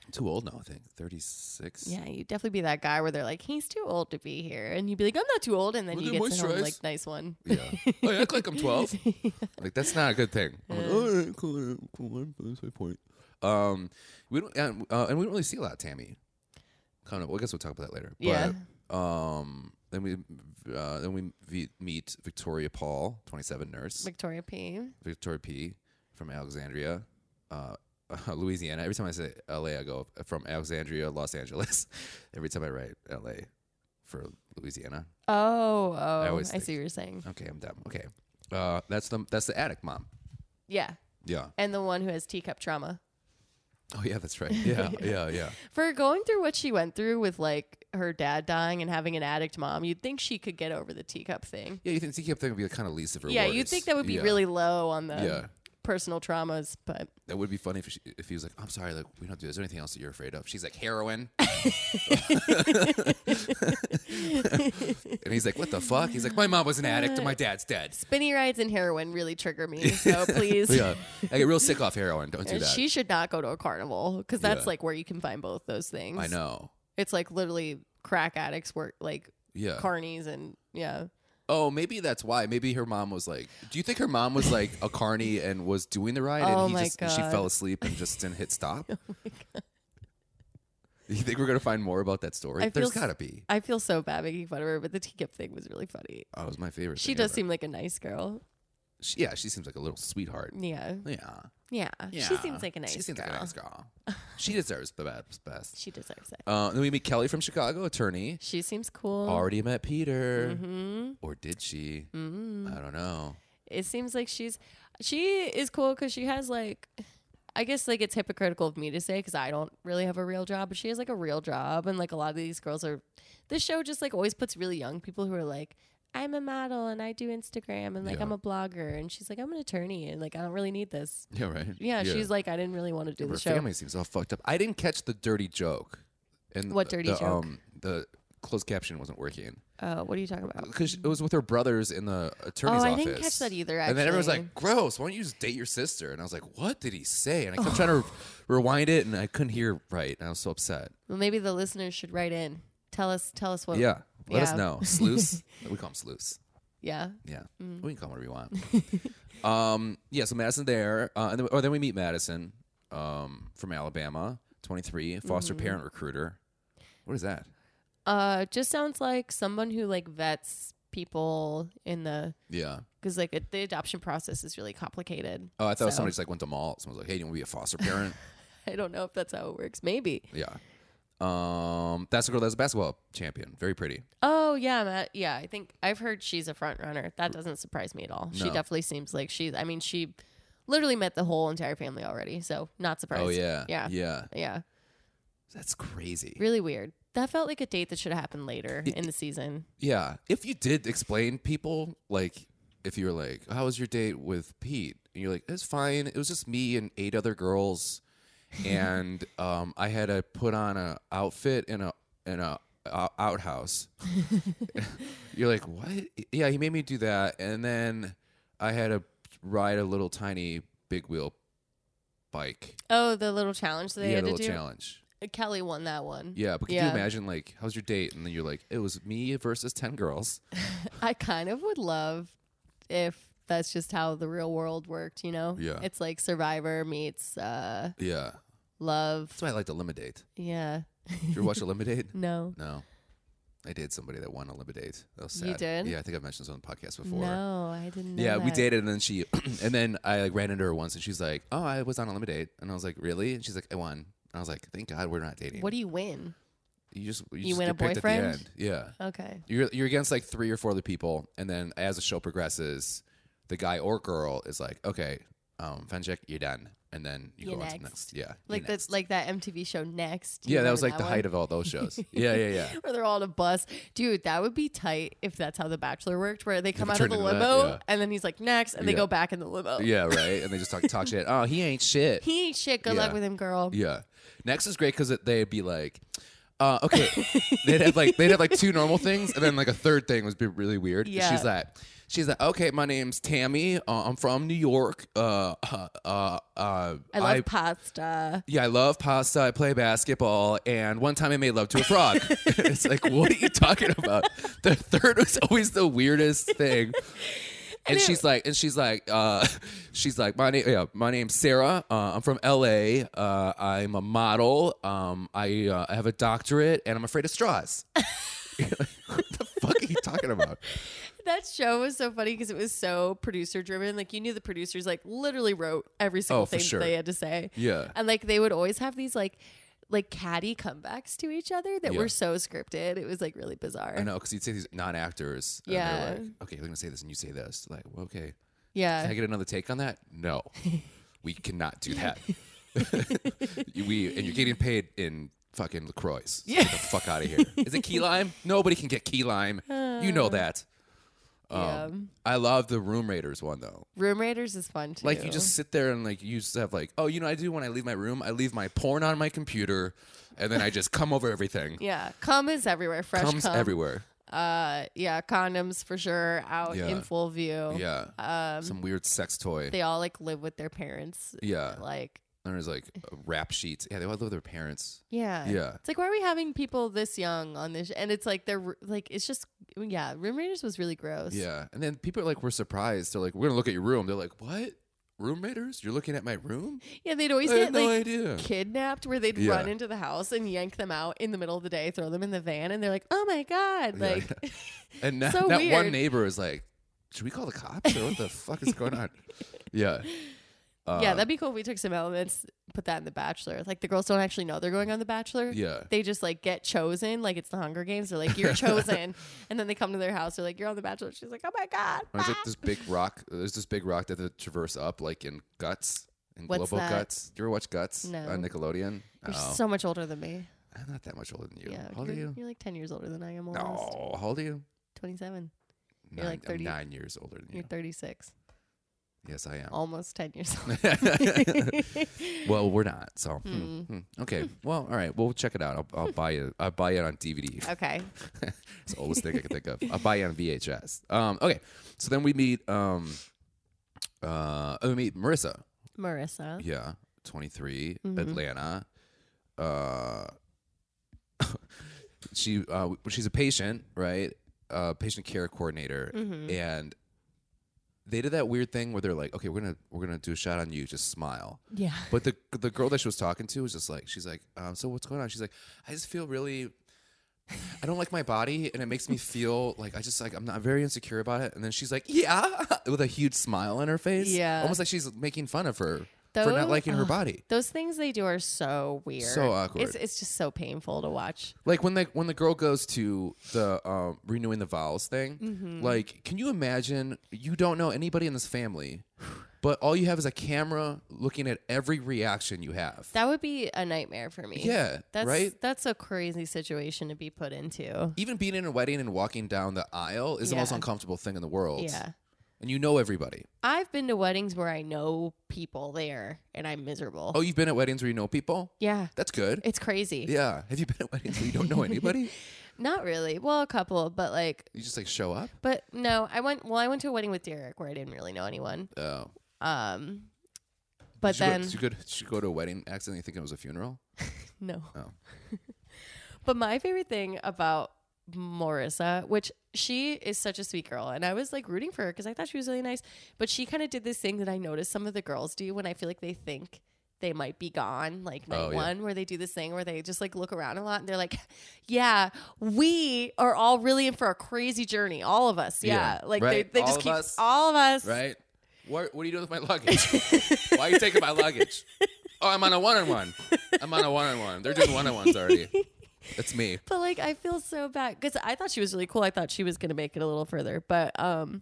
I'm too old now. I think 36. Yeah, you'd definitely be that guy where they're like, he's too old to be here. And you'd be like, I'm not too old. And then Well, you then get to home, moisturize. like, nice one. Yeah. I act like I'm 12. Like that's not a good thing. I'm like, Yeah. all right, cool, cool. That's my point. Um, we don't, and, uh, and we don't really see a lot of Tammy. Kind of. Well, I guess we'll talk about that later. Yeah. But, um, then we, uh, then we vi- meet Victoria Paul, 27 nurse. Victoria P. Victoria P. from Alexandria, uh, Louisiana. Every time I say L.A., I go from Alexandria, Los Angeles. Every time I write L.A. for Louisiana. Oh, oh. I, always think- see what you're saying. Okay, I'm dumb. Okay, uh, that's the that's the attic mom. Yeah. Yeah. And the one who has teacup trauma. Oh yeah, that's right. Yeah, yeah, yeah. For going through what she went through with, like, her dad dying and having an addict mom, you'd think she could get over the teacup thing. Yeah, you think TKF thing would be the kind of least of her yeah, worries. you'd think that would be Yeah. really low on the Yeah. personal traumas, but That would be funny if, she, if he was like, "I'm sorry, like we don't do. Is there anything else that you're afraid of?" She's like, "Heroin," and he's like, "What the fuck?" He's like, "My mom was an addict, and my dad's dead." spinny rides and heroin really trigger me. So please. yeah, I get real sick off heroin. Don't do And that. She should not go to a carnival because that's Yeah. like where you can find both those things. I know. It's like literally crack addicts work like Yeah. carnies and yeah. oh, maybe that's why. Maybe her mom was like, "Do you think her mom was like a carny and was doing the ride, Oh and he my just and she God. Oh fell asleep and just didn't hit stop?" You think we're gonna find more about that story? I feel There's s- gotta be. I feel so bad making fun of her, but the teacup thing was really funny. Oh, it was my favorite. She thing does ever. seem like a nice girl. She, yeah, she seems like a little sweetheart. Yeah. Yeah. Yeah. yeah. She seems like a nice She seems girl. like a nice girl. she deserves the best. best. She deserves it. Uh, then we meet Kelly from Chicago, attorney. She seems cool. Already met Peter, hmm or did she? hmm I don't know. it seems like she's she is cool because she has like i guess like it's hypocritical of me to say because i don't really have a real job but she has like a real job and like a lot of these girls are this show just like always puts really young people who are like i'm a model and i do instagram and like Yeah. i'm a blogger and she's like i'm an attorney and like i don't really need this Yeah, right. yeah, she's like i didn't really want to do her the show family seems all fucked up. I didn't catch the dirty joke. And What the- dirty the, joke? Um, the closed caption wasn't working uh, what are you talking about because it was with her brothers in the oh attorney's i office. didn't catch that either actually. And then everyone's like, "Gross! Why don't you just date your sister?" And I was like, "What did he say?" And I kept trying to re- rewind it, and I couldn't hear right. And I was so upset. well maybe the listeners should write in tell us tell us what yeah, let us Oh, yeah. know. Sluice. we call him Sluice. yeah Yeah, Mm. we can call him whatever you want. um, yeah. So Madison there, uh, and then, oh, then we meet Madison um, from Alabama, 23, foster Mm-hmm. parent recruiter. What is that? Uh, just sounds like someone who like vets people in the Yeah. because like it, the adoption process is really complicated. Oh, I thought So, somebody just like went to mall. Someone's like, "Hey, do you want to be a foster parent?" I don't know if that's how it works. Maybe. yeah. Um, that's a girl that's a basketball champion. Very pretty. Oh yeah, Matt. Yeah, I think I've heard she's a front runner. That doesn't surprise me at all. She No. definitely seems like she. I mean, she literally met the whole entire family already, so not surprised. Oh yeah. yeah, yeah. Yeah. That's crazy. Really weird. That felt like a date that should have happened later in the season. Yeah. If you did explain people, like, if you were like, how was your date with Pete? And you're like, it's fine. It was just me and eight other girls. And um, I had to put on a outfit in a, in a, uh, outhouse. You're like, what? Yeah, he made me do that. And then I had to ride a little tiny big wheel bike. Oh, the little challenge that they yeah, had a to little do. challenge. Kelly won that one. Yeah, but can you Yeah. imagine, like, how's your date? And then you're like, it was me versus 10 girls. I kind of would love if that's just how the real world worked, you know? Yeah. It's like Survivor meets uh, Yeah. love. That's why I liked Eliminate. Yeah. Did you ever watch Eliminate? No. No. I dated somebody that won Eliminate. That was sad. You did? Yeah, I think I've mentioned this on the podcast before. No, I didn't know. Yeah, we that. dated, and then she, and then I like ran into her once, and she's like, "Oh, I was on Eliminate," and I was like, "Really?" And she's like, "I won." And I was like, "Thank God we're not dating." What do you win? you, just you, you just win get a picked boyfriend? At the end. Yeah, Okay. you're you're against like three or four other people, and then as the show progresses, the guy or girl is like, "Okay, um, Fenchek, you're done," and then you You're go on to next. the next. Yeah, you're Like next. that's like that MTV show Next. Yeah, that was like the height of all those shows. yeah, yeah, yeah. Where they're all on a bus, dude. That would be tight if that's how The Bachelor worked, where they come it out of turned the into that, limo yeah. and then he's like next, and they Yeah. go back in the limo. Yeah, right. And they just talk talk shit. Oh, he ain't shit. He ain't shit. Good luck Yeah. with him, girl. Yeah. Next is great because they'd be like, Uh, okay, they'd have like they'd have like two normal things, and then like a third thing was be really weird. Yeah. She's like, she's like, okay, my name's Tammy. Uh, I'm from New York. Uh, uh, uh, uh, I love pasta. yeah, I love pasta. I play basketball, and one time I made love to a frog. it's like, what are you talking about? The third was always the weirdest thing. And she's like, and she's like, uh, she's like, my name, yeah, my name's Sarah. Uh, I'm from LA. Uh, I'm a model. Um, I, uh, I have a doctorate, and I'm afraid of straws. You're like, what the fuck are you talking about? That show was so funny because it was so producer driven. Like you knew the producers like literally wrote every single Oh, for thing sure. that they had to say. Yeah. And like they would always have these like like catty comebacks to each other that Yeah. uh, were so scripted. It was like really bizarre. I know, because you'd say these non-actors. and they're Yeah. like, okay, I'm gonna say this, and you say this. Like, well, okay. Can I Yeah. get another take on that? No, we cannot do that. we and you're getting paid in fucking Lacroix. So Yeah. Get the fuck out of here. Is it key lime? Nobody can get key lime. You know that. Uh, Um, yeah. I love the Room Raiders one though. Room Raiders is fun too. Like you just sit there and like you just have like, oh, you know, I do when I leave my room. I leave my porn on my computer, and then I just come over everything. Yeah. Cum is everywhere. Fresh Comes cum. everywhere. Uh yeah, condoms for sure out Yeah. in full view. Yeah. Some weird sex toy. Oh, um, They all like live with their parents. yeah. Like and there's like rap sheets. Yeah, they all live with their parents. Yeah. Yeah. It's like, why are we having people this young on this? sh- And it's like, they're r- like, it's just, yeah, Room Raiders was really gross. Yeah. And then people are like, we're surprised. They're like, we're going to look at your room. They're like, what? Room raiders? You're looking at my room? Yeah. They'd always I get had Uh, no like idea. kidnapped where they'd Yeah. run into the house and yank them out in the middle of the day, throw them in the van. And they're like, oh my God. Yeah, Like, And now, so that one weird. neighbor is like, should we call the cops or what the fuck is going on? Yeah. Uh, yeah, that'd be cool if we took some elements, put that in The Bachelor. Like, the girls don't actually know they're going on The Bachelor. Yeah. They just like get chosen, like it's the Hunger Games. They're like, you're chosen. and then they come to their house. They're like, you're on The Bachelor. She's like, oh my God. And There's bye." like this big rock. There's this big rock that they traverse up, like in Guts. In What's Global that? Guts. You ever watch Guts No. on Nickelodeon? You're Oh. so much older than me. I'm not that much older than you. Yeah, how old are you're, you? you're like 10 years older than I am almost. No, how old are you? 27. You're Nine- like I'm 30. nine years older than you. You're 36. yes, I am. Almost 10 years old. Well, we're not. So hmm, Hmm. hmm. okay. Well, all right. We'll check it out. I'll, I'll buy it. I'll buy it on DVD. okay. It's the oldest thing I can think of. I'll buy it on VHS. Um, okay. So then we meet. Um, uh, oh, we meet Marissa. Marissa. Yeah, twenty Mhm. Atlanta. Uh, she uh, she's a patient, right? Uh, patient care coordinator, Mhm. and they did that weird thing where they're like, okay, we're gonna we're gonna do a shot on you, just smile. Yeah. But the the girl that she was talking to was just like, she's like, um, so what's going on? She's like, I just feel really, I don't like my body, and it makes me feel like I just like I'm not very insecure about it. And then she's like, yeah, with a huge smile on her face, Yeah. almost like she's making fun of her for not Those- liking her ugh. body. Those things they do are so weird. So awkward. It's, it's just so painful to watch. Like when the when the girl goes to the um, renewing the vows thing, like can you imagine? You don't know anybody in this family, but all you have is a camera looking at every reaction you have. That would be a nightmare for me. yeah, That's right. that's a crazy situation to be put into. even being in a wedding and walking down the aisle is the most Yeah. uncomfortable thing in the world. Yeah. And you know everybody. I've been to weddings where I know people there and I'm miserable. Oh, you've been at weddings where you know people? yeah. That's good. It's crazy. yeah. Have you been at weddings where you don't know anybody? Not really. Well, a couple, but like You just like show up? But no, I went. Well, I went to a wedding with Derek where I didn't really know anyone. Oh. Um, but Did you go- then did you, go, did you go to a wedding accidentally thinking it was a funeral? no. Oh. but my favorite thing about Marissa, which she is such a sweet girl, and I was like rooting for her because I thought she was really nice. But she kind of did this thing that I noticed some of the girls do when I feel like they think they might be gone, like night Oh, yeah. one, where they do this thing where they just like look around a lot and they're like, "Yeah, we are all really in for a crazy journey, all of us. Yeah, Yeah, like right. they, they All just of keep us. all of us, Right? What, what are you doing with my luggage? Why are you taking my luggage? Oh, I'm on a one on one. I'm on a one on one. They're doing one on ones already. That's me. But like, I feel so bad because I thought she was really cool. I thought she was gonna make it a little further, but um,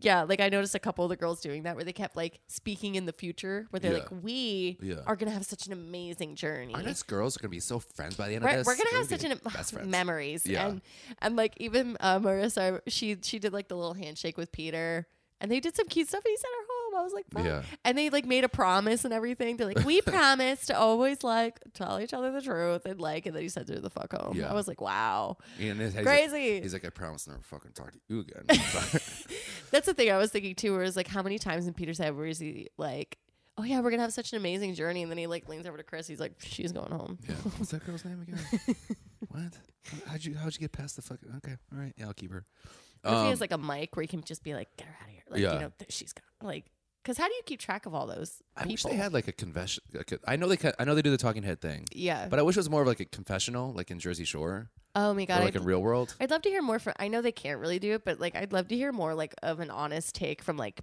yeah. Like I noticed a couple of the girls doing that where they kept like speaking in the future, where they're Yeah. like, "We Yeah. are gonna have such an amazing journey. Aren't us girls going to be so friends by the end We're, of this? we're gonna have be such an best friends. memories." Yeah. And and like even uh, Marissa, she she did like the little handshake with Peter, and they did some cute stuff. And he's at her home, home. I was like, "Fuck." Yeah. And they like made a promise and everything. They're like, we promise to always like tell each other the truth and like, and then he sends her the fuck home. Yeah. I was like, wow, And he's like- crazy. he's like, I promise never fucking talk to you again. That's the thing I was thinking too, was like, how many times in Peter's head was he like, oh yeah, we're gonna have such an amazing journey, and then he like leans over to Chris, he's like, she's going home. yeah. What was that girl's name again? what? How'd you how'd you get past the fucking? Okay, all right, yeah, I'll keep her. What if he Um, has like a mic where he can just be like, get her out of here, like Yeah. you know, th- she's gone, like, because how do you keep track of all those I wish people? they had like a confession. a co- I know they ca- I know they do the talking head thing, yeah. but I wish it was more of like a confessional, like in Jersey Shore, oh my god, or I like in real world. I'd love to hear more from. I know they can't really do it, but like I'd love to hear more like of an honest take from like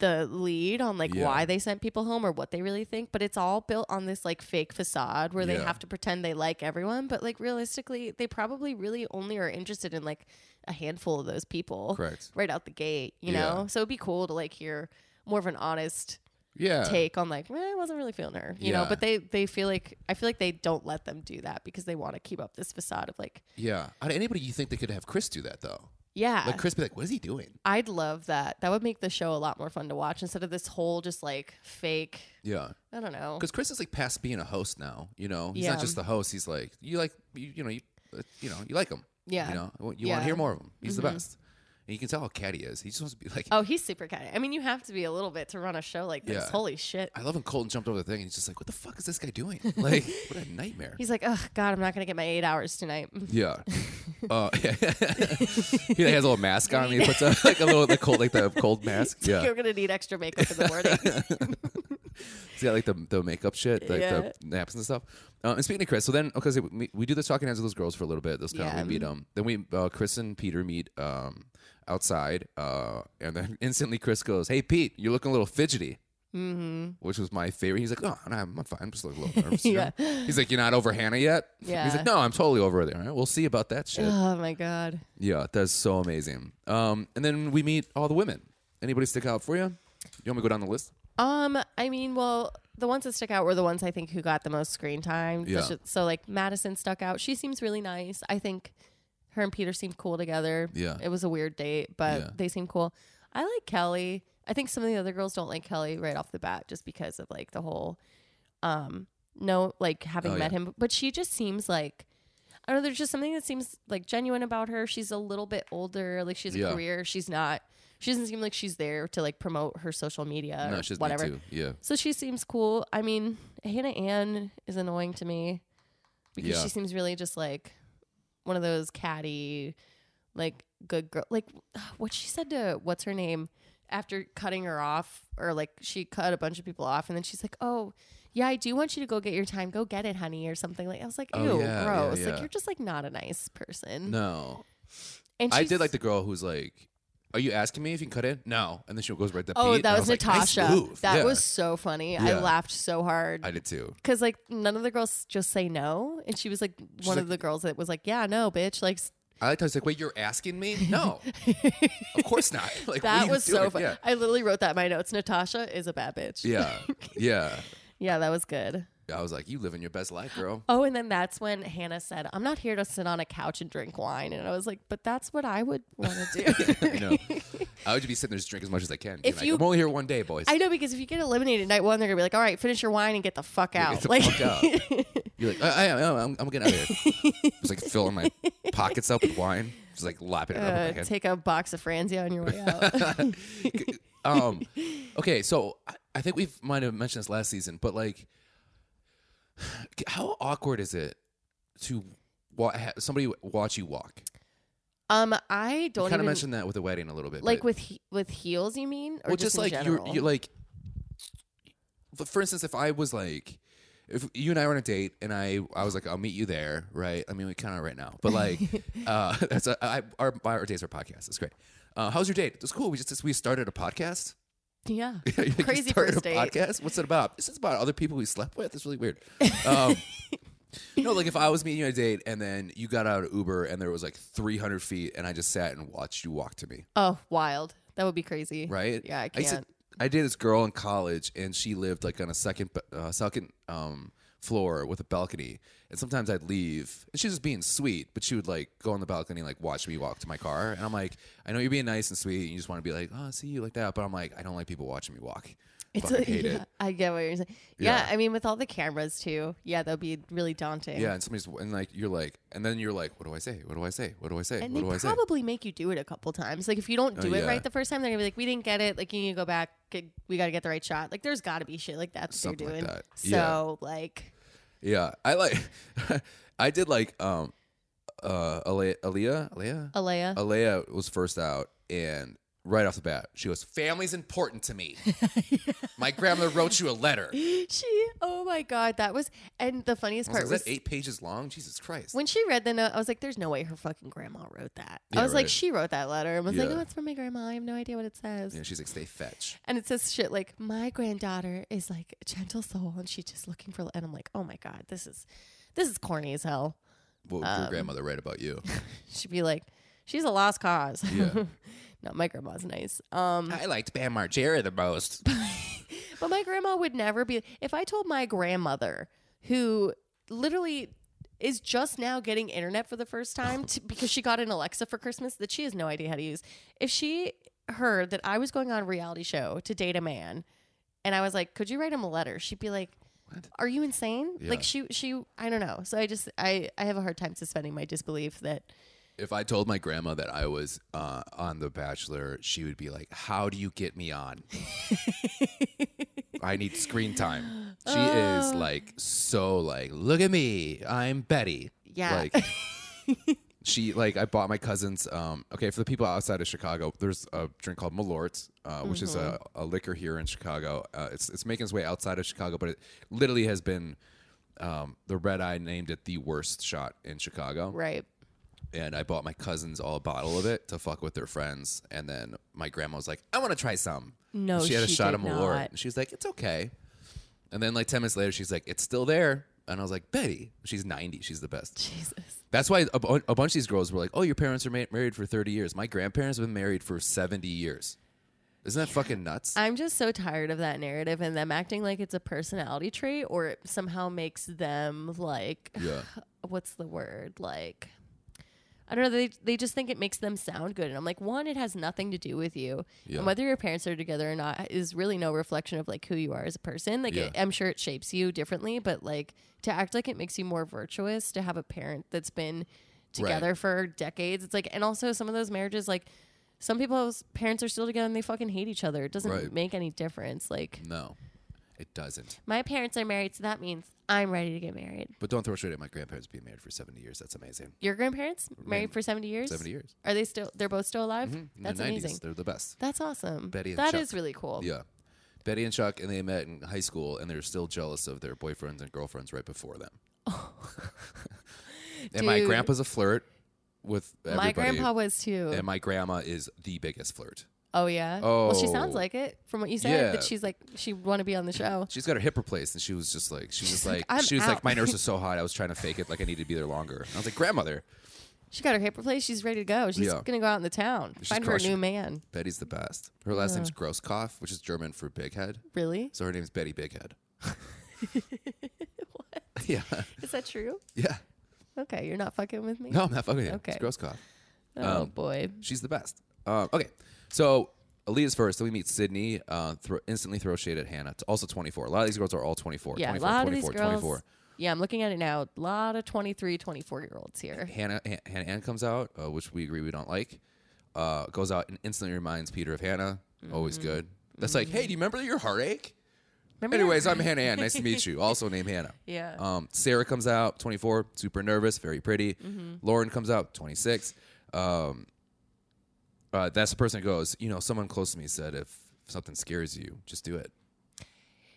the lead on like Yeah. why they sent people home or what they really think. But it's all built on this like fake facade where they Yeah. have to pretend they like everyone, but like realistically, they probably really only are interested in like a handful of those people Correct. right out the gate. You Yeah. know, so it'd be cool to like hear more of an honest Yeah. take on like eh, I wasn't really feeling her. You know, Uh. Yeah. but they they feel like I feel like they don't let them do that because they want to keep up this facade of like Yeah. Out of anybody, you think they could have Chris do that though? yeah Like Chris be like, what is he doing? I'd love that. That would make the show a lot more fun to watch instead of this whole just like fake. Yeah. I don't know. Because Chris is like past being a host now. You know, he's Yeah. not just the host. He's like you like you, you know you uh, you know you like him. Yeah. You know you want Yeah. Mm-hmm. to hear more of him. He's the best. And you can tell how catty he is. He just wants to be like. Oh, he's super catty. I mean, you have to be a little bit to run a show like this. Yeah. Holy shit. I love when Colton jumped over the thing and he's just like, what the fuck is this guy doing? Like, what a nightmare. He's like, oh god, I'm not gonna get my eight hours tonight. Yeah. Uh, yeah. he like, has a little mask on. and He puts on like a little the cold, like the cold mask. Yeah. You're gonna need extra makeup in the morning. He's got like the, the makeup shit, like the naps and stuff. Uh, and speaking of Chris, so then okay, so we, we do the talking heads with those girls for a little bit. Those kind Yeah. of we meet um. Then we uh, Chris and Peter meet um outside. Uh, and then instantly Chris goes, "Hey Pete, you're looking a little fidgety." Mm-hmm. Which was my favorite. He's like, "Oh, no, I'm I'm fine. I'm just a little nervous." you know? He's like, "You're not over Hannah yet." He's Yeah. like, "No, I'm totally over there. All right, we'll see about that shit." oh my god. Yeah, that's so amazing. Um, and then we meet all the women. Anybody stick out for you? You want me to go down the list? Um, I mean, well, the ones that stuck out were the ones I think who got the most screen time. Yeah. So, so, like Madison stuck out. She seems really nice. I think her and Peter seemed cool together. Yeah. It was a weird date, but Yeah. they seem cool. I like Kelly. I think some of the other girls don't like Kelly right off the bat just because of like the whole um no like having Oh, met yeah. him, but she just seems like I don't know. There's just something that seems like genuine about her. She's a little bit older. Like she's a Yeah. career. She's not. She doesn't seem like she's there to like promote her social media or no, she's Uh, whatever. me too. Yeah, So she seems cool. I mean, Hannah Ann is annoying to me because Yeah. she seems really just like one of those catty, like good girl. Like what she said to what's her name after cutting her off, or like she cut a bunch of people off, and then she's like, "Oh, yeah, I do want you to go get your time. Go get it, honey," or something like. I was like, "Ew, Oh, yeah, yeah, gross! yeah. Like you're just like not a nice person." no, And I she's- did like the girl who's like, "Are you asking me if you can cut in?" No, and then she goes right to Oh, Pete, and that I was, like, "Nice Natasha. move." that Yeah. was so funny. I Yeah. laughed so hard. I did too. Cause like none of the girls just say no, and she was like one of like- the girls that was like, "Yeah, no, bitch." Like s- I liked how he's like, "Wait, you're asking me? No, of course not." Like what are that you was so doing? fun. Yeah, I literally wrote that in my notes. Natasha is a bad bitch. yeah, yeah. yeah, that was good. I was like, "You living your best life, girl." Oh, and then that's when Hannah said, "I'm not here to sit on a couch and drink wine," and I was like, "But that's what I would want to do." I know. I would just be sitting there just drink as much as I can. being If like, you- I'm only here one day, boys. I know because if you get eliminated night one, they're gonna be like, "All right, finish your wine and get the fuck out." the like, fuck out. You're like, I, I, am, I'm, I'm getting out of here. Just like filling my pockets up with wine, just like lapping it uh, up. in take a box of Franzia on your way out. my hand. um, okay, so I, I think we might have mentioned this last season, but like, how awkward is it to wa- ha- somebody watch you walk? um, I You don't kind even of mentioned that with the wedding a little bit, like but- with he- with heels. You mean or well, just, just, in like general? you're, you're like, f- for instance, if I was like, if you and I were on a date and I, I was like, I'll meet you there, right? I mean, we kind of right now, but like, uh, that's a, I, our our dates are podcasts. It's great. Uh, how's your date? It's cool. We just we started a podcast. Yeah. You're like, "You Crazy started first date. a podcast. What's it about? This is about other people we slept with. It's really weird. Um, no, like if I was meeting you on a date and then you got out of Uber and there was like 300 feet and I just sat and watched you walk to me. Oh, wild. That would be crazy. right? Yeah, I used to- can't. I did this girl in college, and she lived like on a second, uh, second um, floor with a balcony. And sometimes I'd leave, and she was just being sweet, but she would like go on the balcony and like watch me walk to my car. And I'm like, I know you're being nice and sweet, and you just want to be like, oh, I see you like that. But I'm like, I don't like people watching me walk. It's Fucking like, hate yeah, it. I get what you're saying. Yeah, Yeah. I mean, with all the cameras too, yeah, that'd be really daunting. Yeah, and somebody's and like you're like, and then you're like, what do I say? What do I say? What do I say? And what they do I say? probably make you do it a couple times. Like if you don't Oh, do it yeah. right the first time, they're gonna be like, "We didn't get it. Like you need to go back. Get, we got to get the right shot." Like there's got to be shit like that that Something they're like doing. that. So like, Yeah, I like, I did like, um, uh, Ale- Aaliyah, Aaliyah, Alea, Aaliyah was first out, and right off the bat, she goes, "Family's important to me. My grandmother wrote you a letter." I she, oh my god, that was. And the funniest was like, part Is was that eight pages long? Jesus Christ! when she read the note. I was like, "There's no way her fucking grandma wrote that." Yeah, I was like, right. "She wrote that letter." I was like, Yeah. "Oh, it's from my grandma. I have no idea what it says." yeah, she's like, "Stay fetch." And it says shit like, my granddaughter is like a gentle soul and she's just looking for, and I'm like, oh my God, this is, this is corny as hell. What would your Um, grandmother write about you? She'd be like, she's a lost cause. Yeah. no, my grandma's nice. Um, I liked Bam Margera the most. but my grandma would never be, if I told my grandmother who literally is just now getting internet for the first time to, because she got an Alexa for Christmas that she has no idea how to use. If she heard that I was going on a reality show to date a man and I was like, could you write him a letter? She'd be like, What? are you insane? Yeah. Like she, she, I don't know. So I just, I, I have a hard time suspending my disbelief that If I told my grandma that I was uh, on The Bachelor, she would be like, "How do you get me on? I need screen time." She is like so like, "Look at me, I'm Betty." Yeah. Like, she like I bought my cousins. Um, okay, for the people outside of Chicago, there's a drink called Malort, uh, which is a, a liquor here in Chicago. Uh, it's it's making its way outside of Chicago, but it literally has been. Um, the red eye named it the worst shot in Chicago right. and I bought my cousins all a bottle of it to fuck with their friends. And then my grandma was like, "I want to try some." No, she had a she shot did of Malort. not. and She was like, "It's okay." And then like ten minutes later, she's like, "It's still there." And I was like, "Betty, she's ninety. She's the best." Jesus. That's why a, bu- a bunch of these girls were like, "Oh, your parents are ma- married for thirty years. My grandparents have been married for seventy years. Isn't that fucking nuts?" I'm just so tired of that narrative and them acting like it's a personality trait or it somehow makes them like, yeah, what's the word? Like, I don't know. They, they just think it makes them sound good. And I'm like, one, it has nothing to do with you. Yeah. And whether your parents are together or not is really no reflection of like who you are as a person. Like, Yeah. it, I'm sure it shapes you differently, but like to act like it makes you more virtuous to have a parent that's been together for decades. It's like, and also some of those marriages, like, some people's parents are still together and they fucking hate each other. It doesn't Right. Mm. make any difference. Like, no, it doesn't. my parents are married, so that means I'm ready to get married. But don't throw shade at my grandparents being married for seventy years. That's amazing. Your grandparents married for 70 years? Seventy years. Mm-hmm. Are they still? They're both still alive. In That's the 90s, amazing. They're the best. That's awesome. That Betty is and Chuck. really cool. Yeah. Betty and Chuck, and they met in high school, and they're still jealous of their boyfriends and girlfriends right before them. and my Oh. Dude. grandpa's a flirt with everybody. My grandpa was too. and my grandma is the biggest flirt. oh yeah. Well, she sounds Oh. like it from what you said. Yeah. That she's like she want to be on the show. She's got her hip replaced, and she was just like, she was like, like, "I'm she was like, out." my nurse is so hot, I was trying to fake it, like I needed to be there longer. And I was like, grandmother, She got her hip replaced. She's ready to go. She's Yeah. gonna go out in the town, find her a crushing new it. man. Betty's the best. Her last name's Grosskopf, which is German for big head, Really? so her name's Betty Bighead. what? Yeah, Is that true? yeah. Okay, you're not fucking with me. No, Um, I'm not fucking with you. Okay. It's Grosskopf. Oh boy. She's the best. Um, okay, so Aaliyah's first. Then we meet Sydney. Uh, thro- instantly throw shade at Hannah. It's also 24. A lot of these girls are all 24. Yeah, 24, a lot 24, of these girls. 24. Yeah, I'm looking at it now. A lot of 23, 24 year olds here. Hannah, Han- Hannah Ann comes out, uh, which we agree we don't like. Uh, goes out and instantly reminds Peter of Hannah. Always Mm-hmm. good. That's like, hey, do you remember your heartache? Remember that? Anyways, I'm Hannah Ann. Nice to meet you. Also named Hannah. Yeah. Um, Sarah comes out, 24, super nervous, very pretty. Mm-hmm. Lauren comes out, 26. Um, uh, that's the person who goes, you know, someone close to me said, if something scares you, just do it.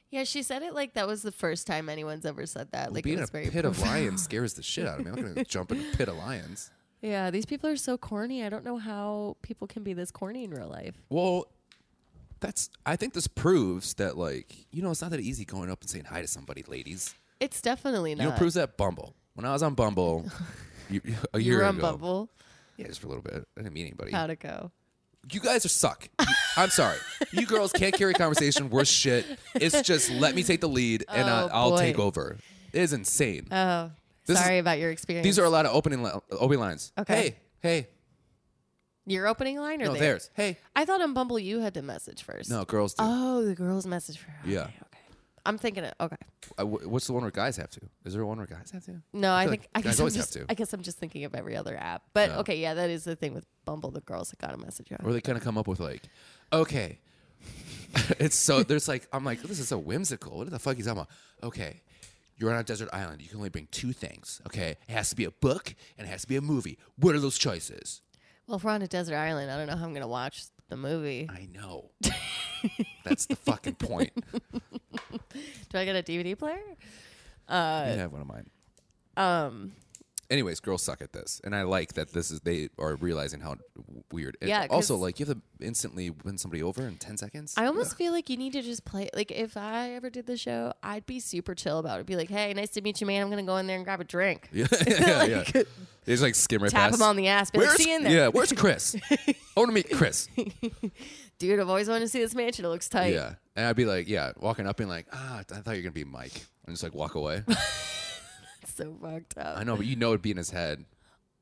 Yeah, she said it like that was the first time anyone's ever said that. like Being it in was a very pit of lions scares the shit out of me. I'm not going to jump in a pit of lions. Yeah, these people are so corny. I don't know how people can be this corny in real life. Well, that's, I think this proves that, like, you know, it's not that easy going up and saying hi to somebody, ladies. It's definitely You know, not. it proves that Bumble. When I was on Bumble you, a you year were on ago. Bumble. Yeah, just for a little bit. I didn't meet anybody. How'd it go? You guys are suck. I'm sorry. You girls can't carry conversation. Worse shit. It's just let me take the lead and Oh, I, I'll boy. take over. It is insane. Oh, This is- sorry about your experience. These are a lot of opening li- opening lines. Okay. Hey, hey, your opening line or no, theirs? theirs. Hey, I thought on Bumble you had the message first. no, girls. Do. Oh, the girls message first. Okay, Yeah. Okay. I'm thinking it. Okay. Uh, wh- what's the one where guys have to? Is there one where guys have to? No, I, feel think like I guys guess I'm always have just, to. I guess I'm just thinking of every other app. But Yeah. okay, yeah, that is the thing with Bumble. The girls that got a message. Yeah. Or they kind of come up with like, okay, it's so there's like I'm like this is so whimsical. What the fuck he's talking about? Okay, you're on a desert island. You can only bring two things. Okay, it has to be a book and it has to be a movie. What are those choices? Well, if we're on a desert island, I don't know how I'm gonna watch the movie. I know. That's the fucking point. Do I get a DVD player? I have one of mine. Um. anyways, girls suck at this, and I like that this is they are realizing how weird. And Yeah, 'cause- also, like you have to instantly win somebody over in ten seconds. I almost feel like you need to just play. Like, if I ever did the show, I'd be super chill about it. Be like, hey, nice to meet you, man. I'm going to go in there and grab a drink. yeah, yeah, yeah. They just like skim right Tap past. him on the ass. Be like, Where's see you in there. yeah? Where's Chris? I want to meet Chris. Dude, I've always wanted to see this mansion. It looks tight. Yeah, and I'd be like, yeah, walking up and like, ah, I thought you were gonna be Mike, and just like walk away. It's so fucked up. I know, but you know it'd be in his head.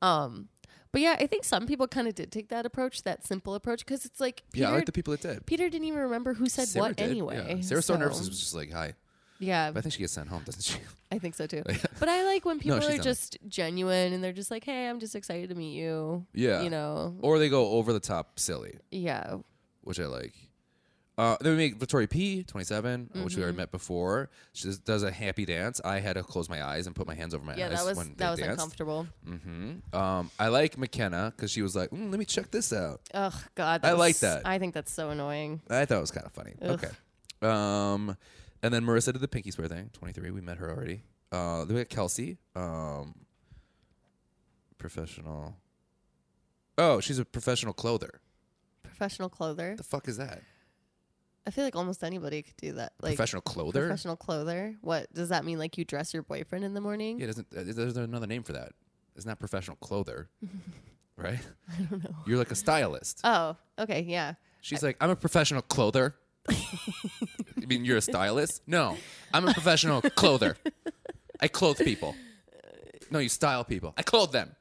Um, but yeah, I think some people kind of did take that approach, that simple approach, because it's like Peter, yeah, I like the people that did. Peter didn't even remember who said Sarah what did, anyway. Yeah. Sarah so nervous so- was just like, hi. Yeah, But I think she gets sent home, doesn't she? I think so too. but I like when people she's are not. just genuine and they're just like, hey, I'm just excited to meet you. Yeah. You know, or they go over the top silly. yeah. which I like. Uh, then we make Victoria P, 27, uh, which we Mm-hmm. already met before. She does- does a happy dance. I had to close my eyes and put my hands over my Yeah, eyes that was when they that was danced. uncomfortable. Um, I like McKenna because she was like, "Mm, "Let me check this out." Ugh, God. That I was- like that. I think that's so annoying. I thought it was kind of funny. Ugh. Okay. Um, and then Marissa did the pinky swear thing. 23, we met her already. Uh, then we got Kelsey, um, professional. Oh, she's a professional clother. Professional clother. The fuck is that? I feel like almost anybody could do that. Like professional clother. professional clother. What does that mean? Like you dress your boyfriend in the morning? Yeah, doesn't uh, there's another name for that? It's not professional clother, right? I don't know. You're like a stylist. Oh, okay, yeah. She's like, I'm a professional clother. I mean, you're a stylist? No, I'm a professional clother. I clothe people. No, you style people. I clothe them.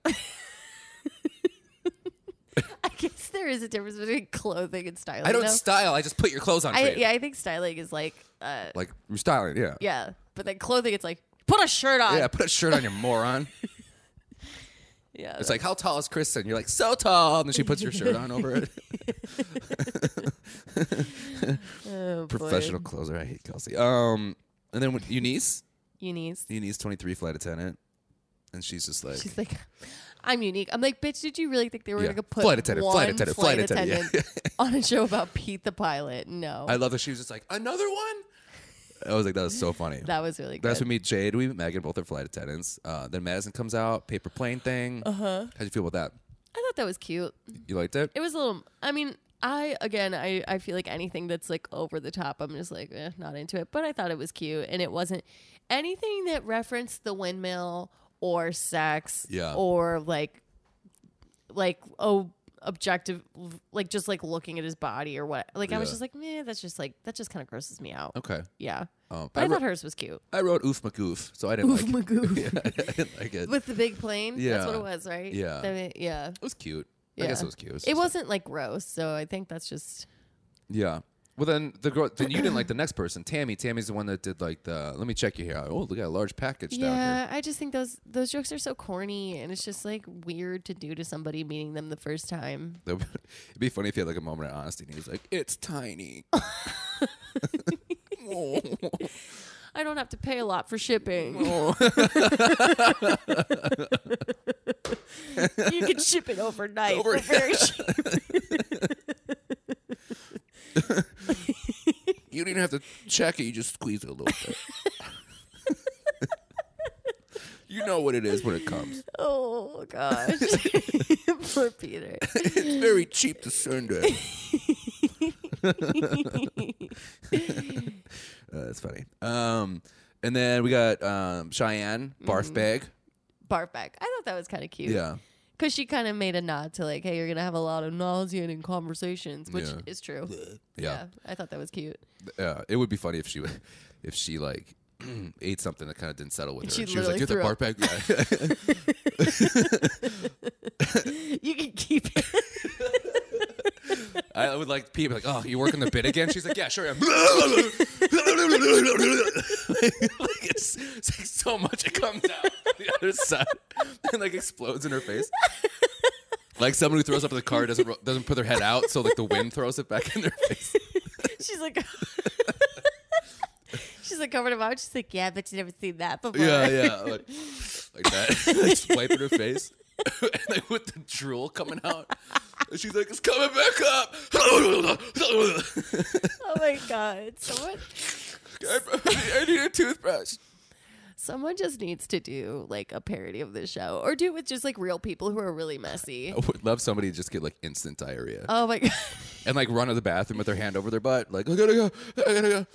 I guess there is a difference between clothing and styling. I don't though. style. I just put your clothes on. for I you. yeah, I think styling is like uh Like you're styling. Yeah. yeah, but then clothing it's like put a shirt on. Yeah. Put a shirt on, you moron. yeah It's like, how tall is Kristen? You're like, so tall. And then she puts your shirt on over it. oh, boy. Professional closer. I hate Kelsey. Um, and then with Eunice. Eunice. Uni's 23 flight attendant, and she's just like, She's like, I'm unique. I'm like, bitch, did you really think they were Yeah. gonna put Flight attendant, one flight attendant, flight attendant, yeah. attendant on a show about Pete the pilot? No, I love that she was just like, another one? I was like, that was so funny. that was really good. That's when we meet Jade, we meet Megan, both are flight attendants. Uh, then Madison comes out, paper plane thing. Uh huh. How'd you feel about I thought that was cute. that? You liked it? Uh-huh. It was a little. I mean, I again, I I feel like anything that's like over the top, I'm just like eh, not into it. But I thought it was cute, and it wasn't anything that referenced the windmill or sex, Yeah. or like like oh objective like just like looking at his body or what like i was Yeah. just like man that's just like that just kind of grosses me out okay. yeah Um, But I, I, wrote, thought hers was cute. I wrote oof magoof, so I didn't like it. Magoo. Yeah, I didn't like it. With the big plane. That's what Yeah. it was, right? Yeah. I mean, yeah. it was cute. Yeah. I guess it was cute. was It just- wasn't like gross, so I think that's just Yeah. Well, then the girl, then you didn't like the next person, Tammy. Tammy's the one that did like the, let me check you here. Oh, look at a large package down here. Yeah, I just think those those jokes are so corny and it's just like weird to do to somebody meeting them the first time. That would- It'd be funny if he had like a moment of honesty and he was like, "It's tiny." I don't have to pay a lot for shipping. you can ship it overnight. Over- for very cheap. you didn't have to check it; you just squeeze it a little bit. you know what it is when it comes. oh gosh. Poor Peter. It's very cheap to send it. Uh, that's funny. Um, and then we got um, Cheyenne barf bag. Barf back. I thought that was kind of cute. Yeah, because she kind of made a nod to like, hey, you're gonna have a lot of nauseating conversations, which Yeah. is true. yeah. I thought that was cute. Uh, it would be funny if she would, if she like ate something that kind of didn't settle with her. She She, was like, literally "Get the threw barf back." up." Yeah. you can keep it. I would like people like, "Oh, you working the bit again?" She's like, "Yeah, sure." am." like, it's, it's like so much it comes out the other side and like explodes in her face. Like someone who throws up in the car doesn't ro- doesn't put their head out, so like the wind throws it back in their face. She's like, she's like covered him out. She's like, yeah, but you never seen that before. Yeah, yeah, like, like that, just wiping her face, and like with the drool coming out. And she's like, "It's coming back up." Oh my god, someone, I need a toothbrush. someone just needs to do like a parody of this show, or do it with just like real people who are really messy. I would love somebody to just get like instant diarrhea Oh my god, and like run to the bathroom with their hand over their butt, like I gotta go, I gotta go.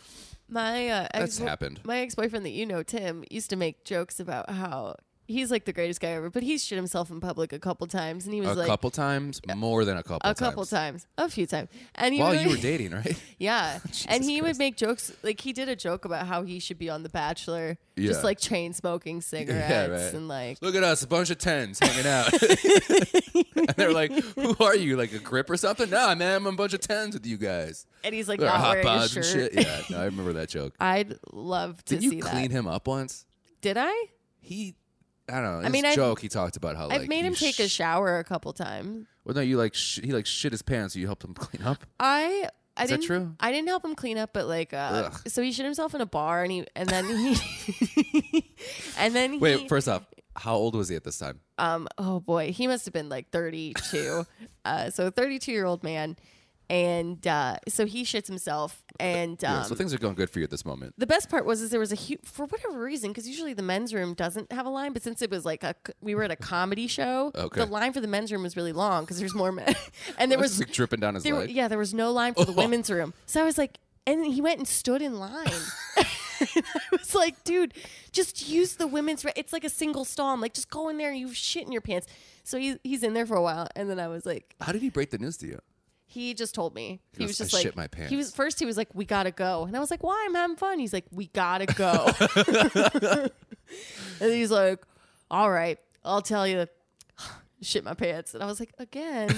my uh, That's ex happened. my ex boyfriend that you know, Tim, used to make jokes about how. He's like the greatest guy ever, but he shit himself in public a couple times, and he was A like couple times, more than a couple. a couple times, a few times, and he While really- you were dating, right? Yeah. and Jesus he Christ. would make jokes like he did a joke about how he should be on The Bachelor, Yeah. just like chain smoking cigarettes right. and like Look at us, a bunch of tens hanging out. and they're like, "Who are you? Like a grip or something?" Nah, man, I'm a bunch of tens with you guys. and he's like Or not hot wearing a pods and shirt. shit. Yeah, no, I remember that joke. I'd love to Did see you clean that. him up once? Did I? He, I don't know. In mean, his I've- joke, he talked about how I've like, made you him take a sh- shower a couple times. Well, no, you like sh- he like shit his pants. So you helped him clean up. I I Is that didn't true? I didn't help him clean up, but like uh, Ugh. so he shit himself in a bar and he and then he and then he Wait, first off, how old was he at this time? um oh boy he must have been like 32 uh so a 32 year old man and uh so he shits himself and um Yeah, so things are going good for you at this moment. the best part was is there was a huge for whatever reason because usually the men's room doesn't have a line but since it was like a c- we were at a comedy show Okay. the line for the men's room was really long because there's more men and there It was was like dripping down his there were, leg. Oh. yeah there was no line for the women's room so I was like and he went and stood in line. And I was like, dude, just use the women's. Re- it's like a single stall. I'm like, just go in there. You shit in your pants. So he, he's in there for a while, and then I was like, How did he break the news to you? he just told me. He, goes, was "I just like, shit my He pants. was first. He was like, "We gotta go," and I was like, "Why? I'm having fun." He's like, "We gotta go," and he's like, "All right, I'll tell you." Shit my pants, and I was like, "Again."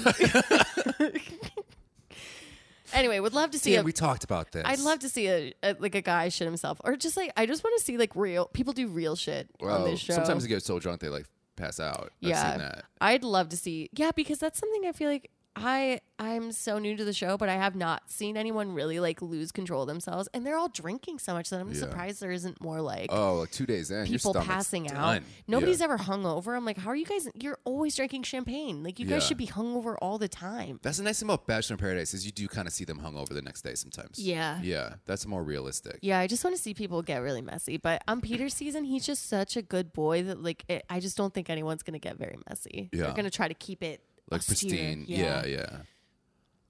anyway, would love to see. uh, Yeah, a, we talked about this. I'd love to see a, a like a guy shit himself, or just like I just want to see like real people do real shit on this show. Sometimes they get so drunk they like pass out. I've seen that. I'd love to see. Yeah, because that's something I feel like I I'm so new to the show, but I have not seen anyone really like lose control of themselves, and they're all drinking so much that I'm Yeah. surprised there isn't more like. Oh, like two days in, People your stomach's passing out. done. Nobody's Yeah. ever hung over. I'm like, how are you guys? You're always drinking champagne. Like, you guys Yeah. should be hungover all the time. That's the nice thing about Bachelor in Paradise is you do kind of see them hungover the next day sometimes. Yeah. Yeah, that's more realistic. Yeah, I just want to see people get really messy. But on Peter's season, he's just such a good boy that like it, I just don't think anyone's gonna get very messy. Yeah. They're gonna try to keep it Like austere. pristine. Yeah. yeah,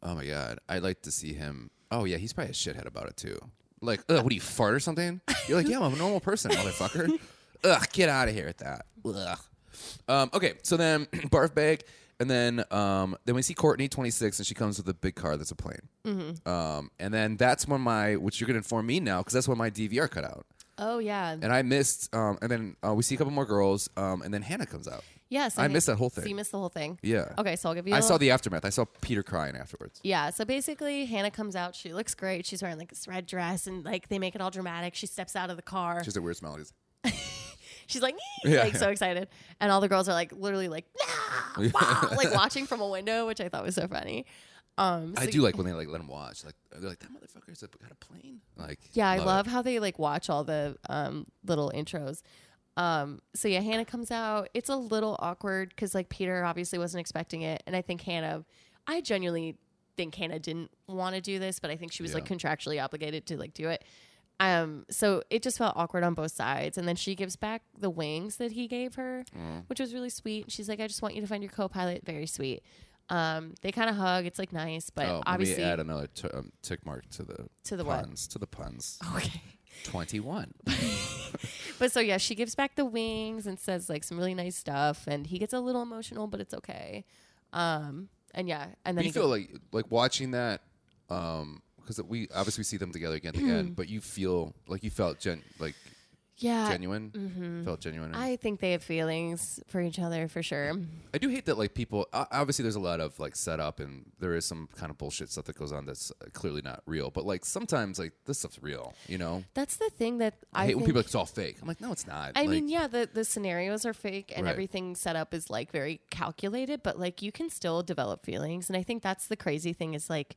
Oh my god, I'd like to see him. Oh yeah, he's probably a shithead about it too. Like, ugh, what do you fart or something? You're like, yeah, I'm a normal person, motherfucker. Ugh, get out of here with that. Ugh. Um, okay, so then barf bag, and then um, then we see Courtney, 26, and she comes with a big car that's a plane. Mm-hmm. Um, and then that's when my, which you're gonna inform me now, because that's when my DVR cut out, Oh yeah. and I missed. Um, and then uh, we see a couple more girls, um, and then Hannah comes out. Yes, I missed that whole So you thing. missed the whole thing. Yeah. Okay, so I'll give you. I a saw the aftermath. I saw Peter crying afterwards. Yeah, so basically, Hannah comes out. She looks great. She's wearing like this red dress, and like they make it all dramatic. She steps out of the car. She's a weird smile. He's- She's like, "Ee," Yeah, like so yeah. excited, and all the girls are like, literally like, nah, wow, like watching from a window, which I thought was so funny. Um, I so- do like when they like let him watch. Like they're like that motherfucker's a- got a plane. Like Yeah, I it. love how they like watch all the um, little intros. Um, so yeah, Hannah comes out. It's a little awkward because like Peter obviously wasn't expecting it, and I think Hannah, I genuinely think Hannah didn't want to do this, but I think she was like Yeah. contractually obligated to like do it. Um, so it just felt awkward on both sides, and then she gives back the wings that he gave her, Mm. which was really sweet. She's like, "I just want you to find your co-pilot." Very sweet. Um, they kind of hug. It's like nice, but Oh, let obviously me add another t- um, tick mark to the To the what? Oh. puns to the puns. okay. Twenty one. But so yeah, she gives back the wings and says like some really nice stuff, and he gets a little emotional, but it's okay. Um, and yeah, and then you he feel goes, like like watching that, um, because we obviously we see them together again at the end, but you feel like you felt gen like Yeah. genuine. Felt genuine. I, Uh, mm-hmm. I think they have feelings for each other for sure. do hate that like people. o- Obviously, there's a lot of like setup and there is some kind of bullshit stuff that goes on that's uh, clearly not real. But like sometimes like this stuff's real. You know, That's the thing that I, I, hate think, when people are like it's all fake. I'm like, no, it's not. I Like, mean, yeah, the, the scenarios are fake and Right. everything set up is like very calculated, but like you can still develop feelings. And I think that's the crazy thing is like,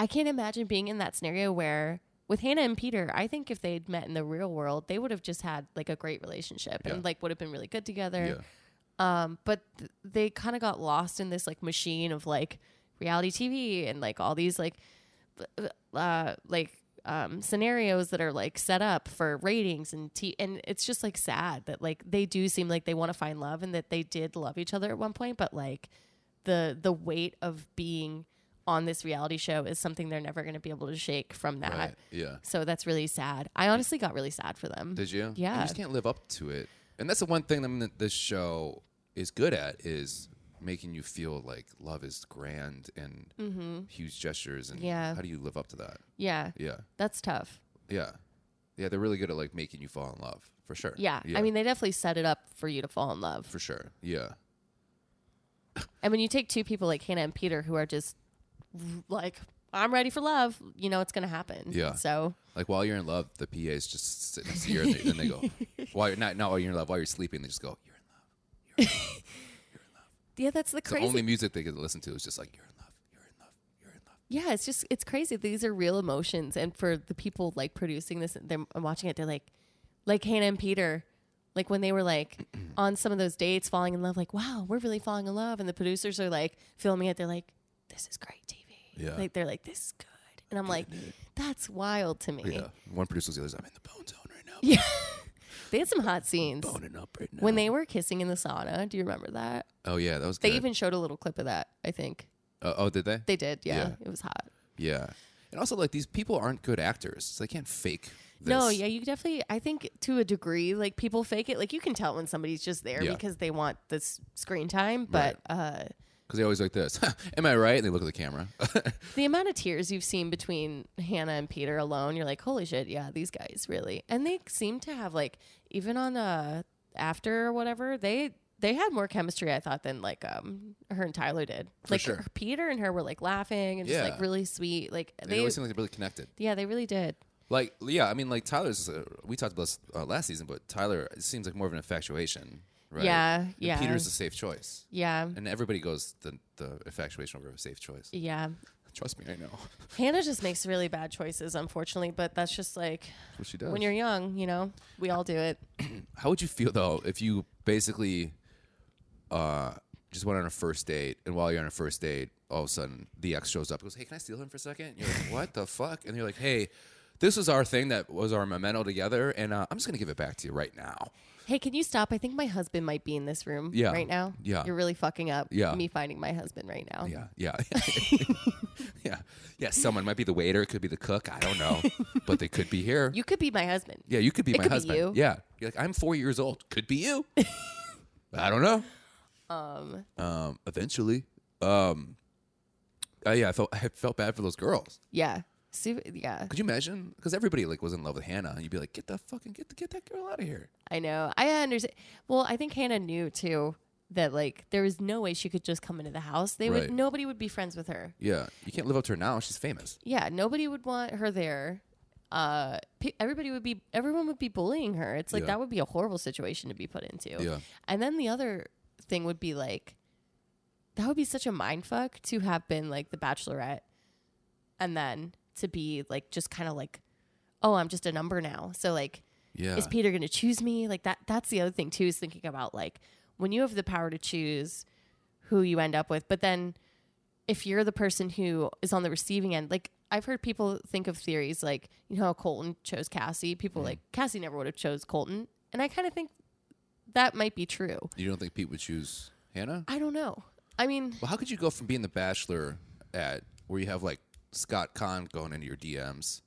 I can't imagine being in that scenario where with Hannah and Peter, I think if they'd met in the real world, they would have just had like a great relationship Yeah. and like would have been really good together. yeah. Um, but th- they kind of got lost in this like machine of like reality TV and like all these like b- uh, like um, scenarios that are like set up for ratings and t- and it's just like sad that like they do seem like they want to find love and that they did love each other at one point, but like the the weight of being on this reality show is something they're never going to be able to shake from that. Right. Yeah. So that's really sad. I honestly got really sad for them. Did you? Yeah. You just can't live up to it. And that's the one thing I mean, that this show is good at is making you feel like love is grand and huge gestures. And Mm-hmm. Yeah. how do you live up to that? yeah, Yeah. that's tough. Yeah. Yeah. They're really good at like making you fall in love for sure. Yeah. I mean, they definitely set it up for you to fall in love. for sure. Yeah. And when you take two people like Hannah and Peter who are just like, I'm ready for love, you know it's going to happen. Yeah. So, Like while you're in love, the PA is just sitting next to you and they, and they go, while you're not, not while you're in love, while you're sleeping, they just go, you're in love. yeah, that's the It's crazy. the only music they could listen to is just like, you're in love, you're in love, you're in love. yeah, it's just, it's crazy. These are real emotions. And for the people like producing this, they're and watching it, they're like, like Hannah and Peter, like when they were like on some of those dates falling in love, like, wow, we're really falling in love. And the producers are like filming it. They're like, this is great TV. Yeah. Like, they're like, this is good. And I'm like, that's wild to me. Yeah. One producer was the other, I'm in the bone zone right now. Yeah. they had some hot scenes. Boning up right now. When they were kissing in the sauna, do you remember that? Oh yeah, that was. They good. even showed a little clip of that, I think. Uh, oh, did they? They did, yeah. Yeah. It was hot. Yeah. And also, like these people aren't good actors, so they can't fake. This. No, yeah, you definitely I think to a degree, like people fake it. Like you can tell when somebody's just there Yeah. because they want this screen time. But uh Because they always like this. Am I right? And they look at the camera. the amount of tears you've seen between Hannah and Peter alone, you're like, Holy shit, yeah, these guys really and they seem to have like even on uh after or whatever, they they had more chemistry, I thought, than like um her and Tyler did. like sure. Peter and her were like laughing and just Yeah. like really sweet. Like they, they, always seem like they're really connected. Yeah, they really did. Like, yeah, I mean, like Tyler's. Uh, we talked about this uh, last season, but Tyler it seems like more of an infatuation, right? Yeah, And yeah. Peter's a safe choice, Yeah. and everybody goes the the infatuation over a safe choice. Yeah. Trust me, I know. Hannah just makes really bad choices, unfortunately, but that's just like That's what she does. when you're young, you know, we all do it. How would you feel though if you basically uh, just went on a first date, and while you're on a first date, all of a sudden the ex shows up, and goes, "Hey, can I steal him for a second? And you're like, "What the fuck?" And you're like, "Hey, this was our thing that was our memento together, and uh, I'm just gonna give it back to you right now." Hey, can you stop? I think my husband might be in this room Yeah. right now. Yeah. You're really fucking up Yeah. me finding my husband right now. Yeah, yeah, yeah, yeah. Someone might be the waiter, it could be the cook, I don't know, but they could be here. You could be my husband. yeah, you could be It my could be husband. you. Yeah, you're like, I'm four years old, could be you. I don't know. Um, um, eventually. Um, uh, yeah, I felt I felt bad for those girls. yeah. Su- yeah. Could you imagine? Because everybody like was in love with Hannah, and you'd be like, "Get the fucking get the, get that girl out of here." I know. I understand. Well, I think Hannah knew too that like there was no way she could just come into the house. They Right. would nobody would be friends with her. Yeah, you can't live up to her now. She's famous. Yeah, nobody would want her there. Uh, pe- everybody would be, everyone would be bullying her. It's like Yeah. that would be a horrible situation to be put into. Yeah. And then the other thing would be like, that would be such a mind fuck to have been like the Bachelorette, and then to be like just kind of like, oh, I'm just a number now. So like, Yeah, is Peter going to choose me? Like that. That's the other thing too. Is thinking about like when you have the power to choose who you end up with, but then if you're the person who is on the receiving end, like I've heard people think of theories like you know how Colton chose Cassie. People Mm. like Cassie never would have chose Colton, and I kind of think that might be true. you don't think Pete would choose Hannah? I don't know. I mean, Well, how could you go from being the Bachelor at where you have like Scott Kahn going into your DMs?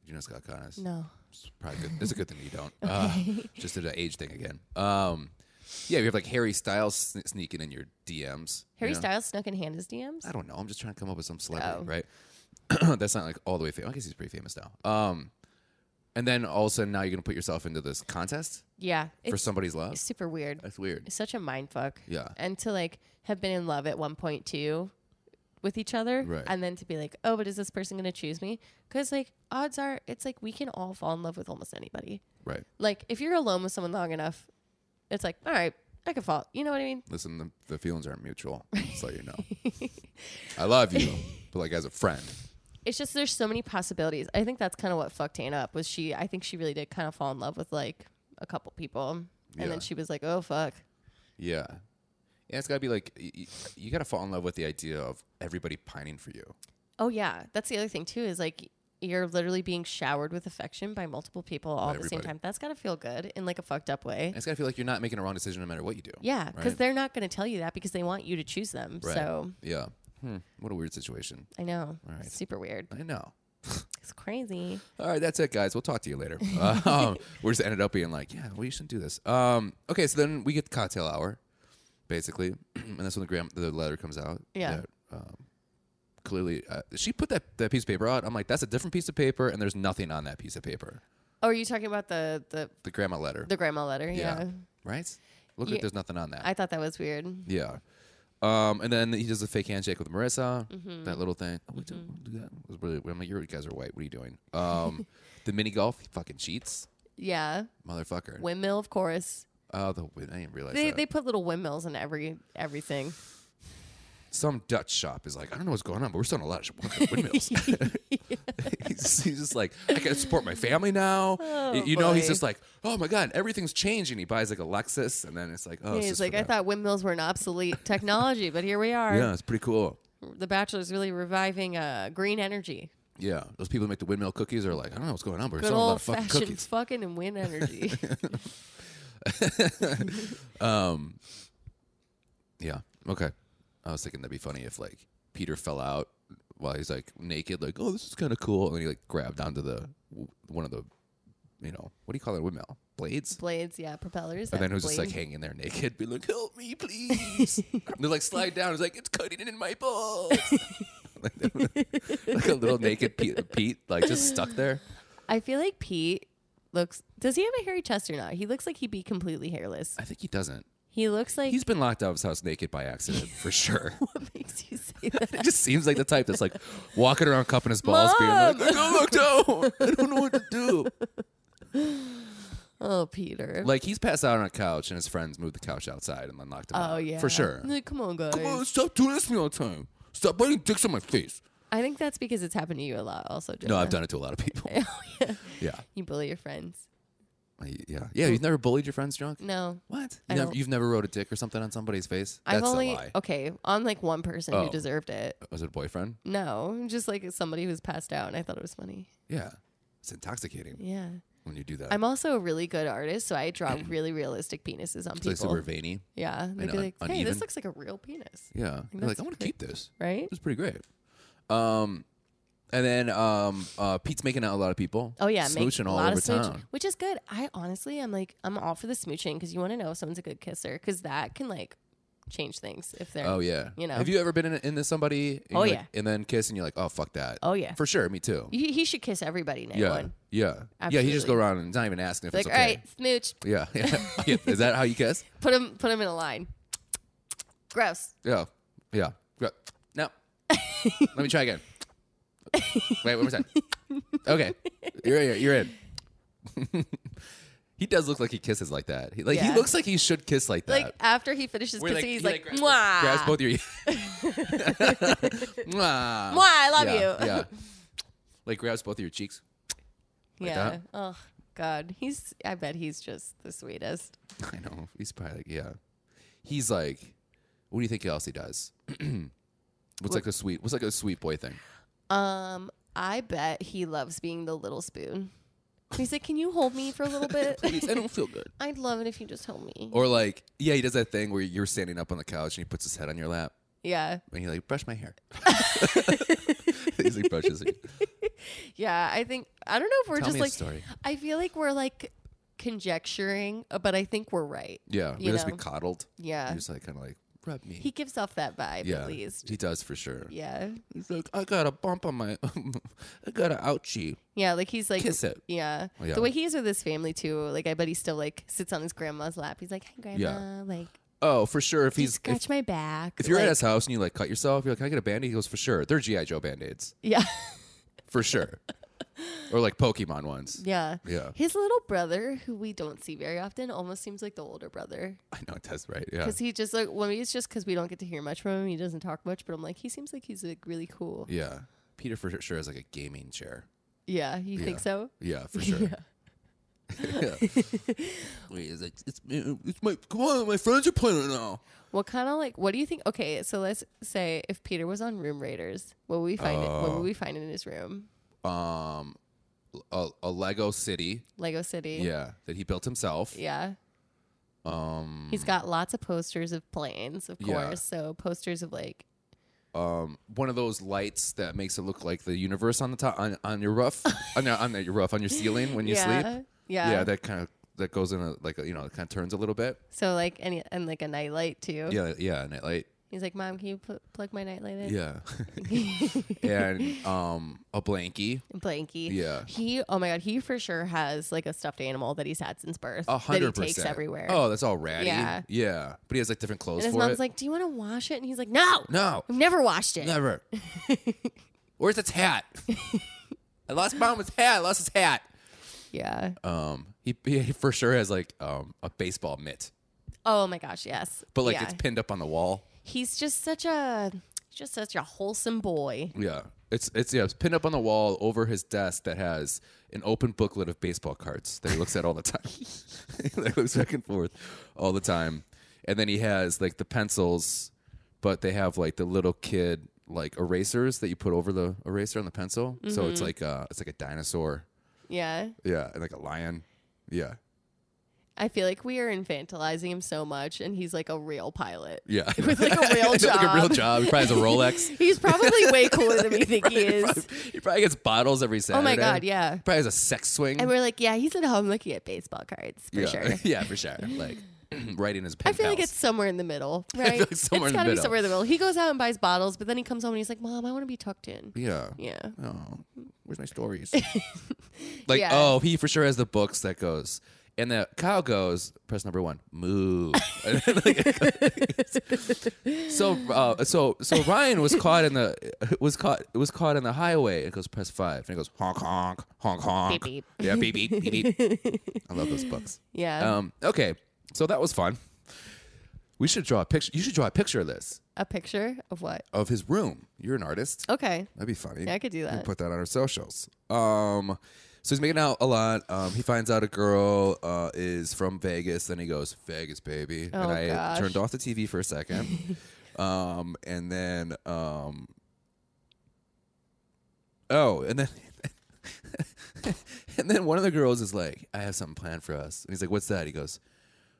Do you know who Scott Kahn is? no. It's probably good. It's a good thing you don't. Uh, just did an age thing again. Um, yeah, you have like Harry Styles sne- sneaking in your DMs. you Harry know? Styles snuck in Hannah's DMs. I don't know. I'm just trying to come up with some celebrity, Oh. right? That's not like all the way famous. I guess he's pretty famous now. Um, And then all of a sudden, now you're gonna put yourself into this contest Yeah. for It's somebody's love. super weird. That's weird. It's such a mind fuck. Yeah. And to like have been in love at one point too with each other. Right. And then to be like, oh, but is this person gonna choose me? Because like odds are it's like we can all fall in love with almost anybody. Right. Like if you're alone with someone long enough, it's like, all right, I could fall. You know what I mean? Listen, the, the feelings aren't mutual. Just let you know. I love you, but like as a friend. It's just there's so many possibilities. I think that's kind of what fucked Hannah up was she I think she really did kind of fall in love with like a couple people. And Yeah. then she was like, Oh fuck. Yeah. Yeah, it's got to be like y- y- you got to fall in love with the idea of everybody pining for you. Oh yeah, that's the other thing too. Is like you're literally being showered with affection by multiple people all By at the same everybody. time. That's gotta feel good in like a fucked up way. And it's got to feel like you're not making a wrong decision no matter what you do. Yeah, because right? they're not gonna tell you that because they want you to choose them. Right. So Yeah. Hmm. What a weird situation. I know, All right. Uh, super weird. I know. It's crazy. All right, that's it, guys. We'll talk to you later. um, we just ended up being like, yeah, well, you shouldn't do this. Um, okay, so then we get cocktail hour, basically, and that's when the gram- the letter comes out. Yeah. that, um, clearly, uh, she put that, that piece of paper out. I'm like, that's a different piece of paper, and there's nothing on that piece of paper. Oh, are you talking about the the The grandma letter. the grandma letter? Yeah, Right? Look, Yeah. like there's nothing on that. I thought that was weird. yeah. Um, and then he does a fake handshake with Marissa. Mm-hmm. That little thing. Oh, we do, we do that. It was really, I'm like, you guys are white. What are you doing? Um, the mini golf, he fucking cheats. Yeah, Motherfucker. windmill, of course. Oh, the wind. I didn't realize They that. they put little windmills in every everything. Some Dutch shop is like, I don't know what's going on, but we're selling a lot of fucking windmills. he's, he's just like, I can support my family now. Oh, you know, he's boy. just like, oh my God, everything's changed. And he buys like a Lexus. And then it's like, oh, it's He's just like, for I that." thought windmills were an obsolete technology, but here we are. Yeah, it's pretty cool. The Bachelor's really reviving uh, green energy. Yeah. Those people who make the windmill cookies are like, I don't know what's going on, but we're Good selling a lot old of fucking fashioned cookies. fucking and win energy. Um, yeah. Okay. I was thinking that'd be funny if like Peter fell out while he's like naked, like, oh, this is kind of cool, and then he like grabbed onto the one of the, you know, what do you call it, windmill blades, Blades, yeah, propellers. and then that it was just like blade. hanging there naked, be like, help me, please. And they like slide down. He's like, it's cutting in my balls. like a little naked Pete, Pete, like just stuck there. I feel like Pete looks. Does he have a hairy chest or not? He looks like he'd be completely hairless. I think he doesn't. He looks like. He's been locked out of his house naked by accident for sure. what makes you say that? It just seems like the type that's like walking around cupping his balls, being like, Mom! "I got locked out. I don't know what to do." oh, Peter. Like he's passed out on a couch, and his friends moved the couch outside and then locked him out. oh yeah, for sure. Like, come on, guys. Come on, stop doing this to me all the time. Stop biting dicks on my face. I think that's because it's happened to you a lot, also. Jonah. No, I've done it to a lot of people. oh, yeah. Yeah, You bully your friends. I- yeah, yeah. You've never bullied your friends drunk. No. What? I You never, don't- you've never wrote a dick or something on somebody's face. I've That's only a lie. okay on like one person Oh. who deserved it. Was it a boyfriend? No, just like somebody who's passed out, and I thought it was funny. Yeah, it's intoxicating Yeah, when you do that. I'm also a really good artist, so I draw really realistic penises on it's like people. super veiny. Yeah. They'd be un- like, hey, uneven. this looks like a real penis, Yeah, You're like that's I want to great. keep this. right? It was pretty great. Um, and then um, uh, Pete's making out with a lot of people. Oh, yeah. make smooching a all lot over of smooch, town. Which is good. I honestly, I'm like, I'm all for the smooching because you want to know if someone's a good kisser because that can like change things if they're. Oh yeah. You know. Have you ever been in, into somebody? And Oh, you're like- yeah. And then kiss, and you're like, oh fuck that. Oh, yeah. For sure, me too. he, he should kiss everybody now. yeah. Yeah. Yeah. He just Absolutely. go around and not even asking if it's Like, all okay. right, smooch. Yeah. Yeah. yeah. Is that how you kiss? Put him, put him in a line. Gross. Yeah. Oh, Yeah. Yeah. No. Let me try again. Wait, one more time. Okay. You're in. You're in. he does look like he kisses like that. He, like Yeah. he looks like he should kiss like that. Like after he finishes Where, kissing, he's he, like, grabs- mwah, grabs both your mwah. mwah, I love yeah, you. Yeah. Like grabs both of your cheeks. yeah. that. Oh God, he's. I bet he's just the sweetest. I know. He's probably like, yeah. He's like, what do you think else he does? what's like a sweet what's like a sweet boy thing? Um, I bet he loves being the little spoon. He's like, "Can you hold me for a little bit? Please, Oh. I don't feel good. I'd love it if you just held me." Or like, yeah, he does that thing where you're standing up on the couch and he puts his head on your lap yeah, and he like, brush my hair. He's like brushes it. yeah. I think I don't know if we're Tell just me a like. story. I feel like we're like conjecturing, uh, but I think we're right. Yeah. We You just be know. coddled. Yeah, He's like kinda like rub me. He gives off that vibe yeah, at least. he does for sure. Yeah. He's like, I got a bump on my, I got a ouchie. Yeah, like he's like Kiss it. Oh, Yeah. Yeah. The way he is with his family too, like I bet he still like sits on his grandma's lap. He's like, Hi grandma, Yeah. like Oh, for sure. If "Did you he's scratch if, my back. if you're like, at his house and you like cut yourself, you're like, Can I get a band aid? He goes, For sure. They're G.I. Joe band aids. Yeah. For sure. or like Pokemon ones. yeah. Yeah. His little brother, who we don't see very often, almost seems like the older brother. I know it does, right? Yeah. Because he just like, well, maybe it's just because we don't get to hear much from him. He doesn't talk much, but I'm like, he seems like he's like really cool. Yeah. Peter for sure has like a gaming chair. Yeah, you think Yeah. so? Yeah, for sure. Yeah. Wait, it's like, it's, it's my, come on, my friends are playing it now. What kind of like, what do you think? Okay, so let's say if Peter was on Room Raiders, what would we find? it, Oh. what would we find in his room? Um, a, a Lego city. Lego City. Yeah. That he built himself. Yeah. Um, He's got lots of posters of planes, of Yeah. course. So posters of like, um, one of those lights that makes it look like the universe on the top on, on your roof on, your- on your roof on your ceiling when you yeah, sleep. yeah, yeah, that kind of that goes in a like a, you know it kind of turns a little bit. so like any and like a nightlight too. Yeah, yeah, nightlight. He's like, Mom, can you pl- plug my nightlight in? Yeah, and um, a blankie. Blanky. Yeah. He, oh my God, he for sure has like a stuffed animal that he's had since birth A that he hundred takes percent everywhere. Oh, that's all ratty. Yeah. yeah. But he has like different clothes and his for mom's it. like, Do you want to wash it? And he's like, No, no, I've never washed it. never. Where's its hat? I lost mom's hat. I lost his hat. Yeah. Um, he, he for sure has like um a baseball mitt, Oh my gosh, yes. but like Yeah. it's pinned up on the wall. he's just such a, he's just such a wholesome boy. Yeah. It's it's yeah, it's pinned up on the wall over his desk that has an open booklet of baseball cards that he looks at all the time. that looks back and forth all the time. And then he has like the pencils, but they have like the little kid like erasers that you put over the eraser on the pencil. So it's like uh it's like a dinosaur. Yeah. Yeah, and like a lion. Yeah. I feel like we are infantilizing him so much, and he's like a real pilot. Yeah. With, like, a real like a real job. job. He probably has a Rolex. He's probably way cooler than we think he He is. probably, he probably gets bottles every Saturday. oh my God, yeah. Probably has a sex swing. And we're like, yeah, he's at home looking at baseball cards for yeah. sure. yeah, for sure. Like writing his pen I feel like pals. it's somewhere in the middle, right? feel like somewhere it's in the gotta be middle. somewhere in the middle. He goes out and buys bottles, but then he comes home and he's like, "Mom, I want to be tucked in." yeah. Yeah, Oh, where's my stories? like, Yeah. oh, he for sure has the books that goes, and the cow goes. Press number one, moo. so, uh, so, so Ryan was caught in the was caught was caught in the highway. It goes press five, and it goes honk honk honk honk. Beep, beep. Yeah, beep beep beep beep. I love those books. yeah. Um, okay, so that was fun. We should draw a picture. You should draw a picture of this a picture of what? of his room. You're an artist. Okay, That'd be funny. Oh. yeah, I could We do that. put that on our socials. Um, so he's making out a lot. Um, he finds out a girl uh, is from Vegas. Then he goes, Vegas, baby. Oh, and I gosh. turned off the TV for a second. um, and then, um, oh, and then. And then one of the girls is like, I have something planned for us. And he's like, What's that? He goes,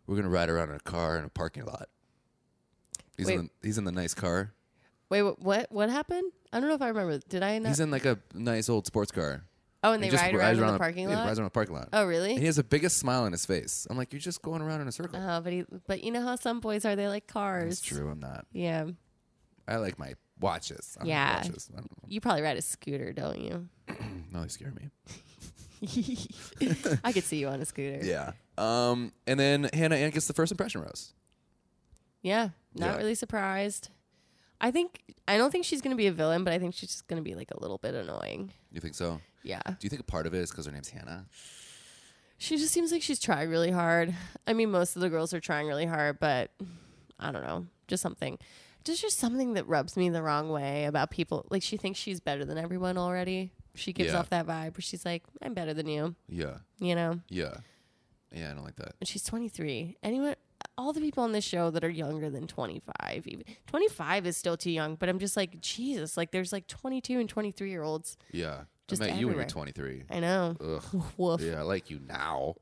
We're going to ride around in a car in a parking lot. He's, in Wait. the, he's in the nice car. Wait, wh- what? What happened? I don't know if I remember. Did I? Not? He's in like a nice old sports car. oh, and He they just ride rides around in the a- parking yeah, lot. rides around a parking lot. oh, And he really? has the biggest smile on his face. I'm like, you're just going around in a circle. Oh, but he, but you know how some boys are? They like cars. That's true. I'm not. Yeah. I like my watches. I don't like Yeah. watches. I don't You probably ride a scooter, don't you? know. No, they scare me. I could see you on a scooter. Yeah. Um, and then Hannah Ann gets the first impression rose. Yeah, not Yeah. really surprised. I think I don't think she's gonna be a villain, but I think she's just gonna be like a little bit annoying. You think so? Yeah, Do you think a part of it is because her name's Hannah? she just seems like she's trying really hard. I mean, most of the girls are trying really hard, but I don't know, just something, just just something that rubs me the wrong way about people. Like she thinks she's better than everyone already. She gives Yeah. off that vibe where she's like, "I'm better than you," Yeah. you know. Yeah. Yeah, I don't like that. And she's 23. Anyone, all the people on this show that are younger than 25, even 25 is still too young. But I'm just like, Jesus, like there's like 22 and 23 year olds. Yeah. Just I met you when you were everywhere. 23. I know. Ugh. Woof. Yeah. Yeah, I like you now.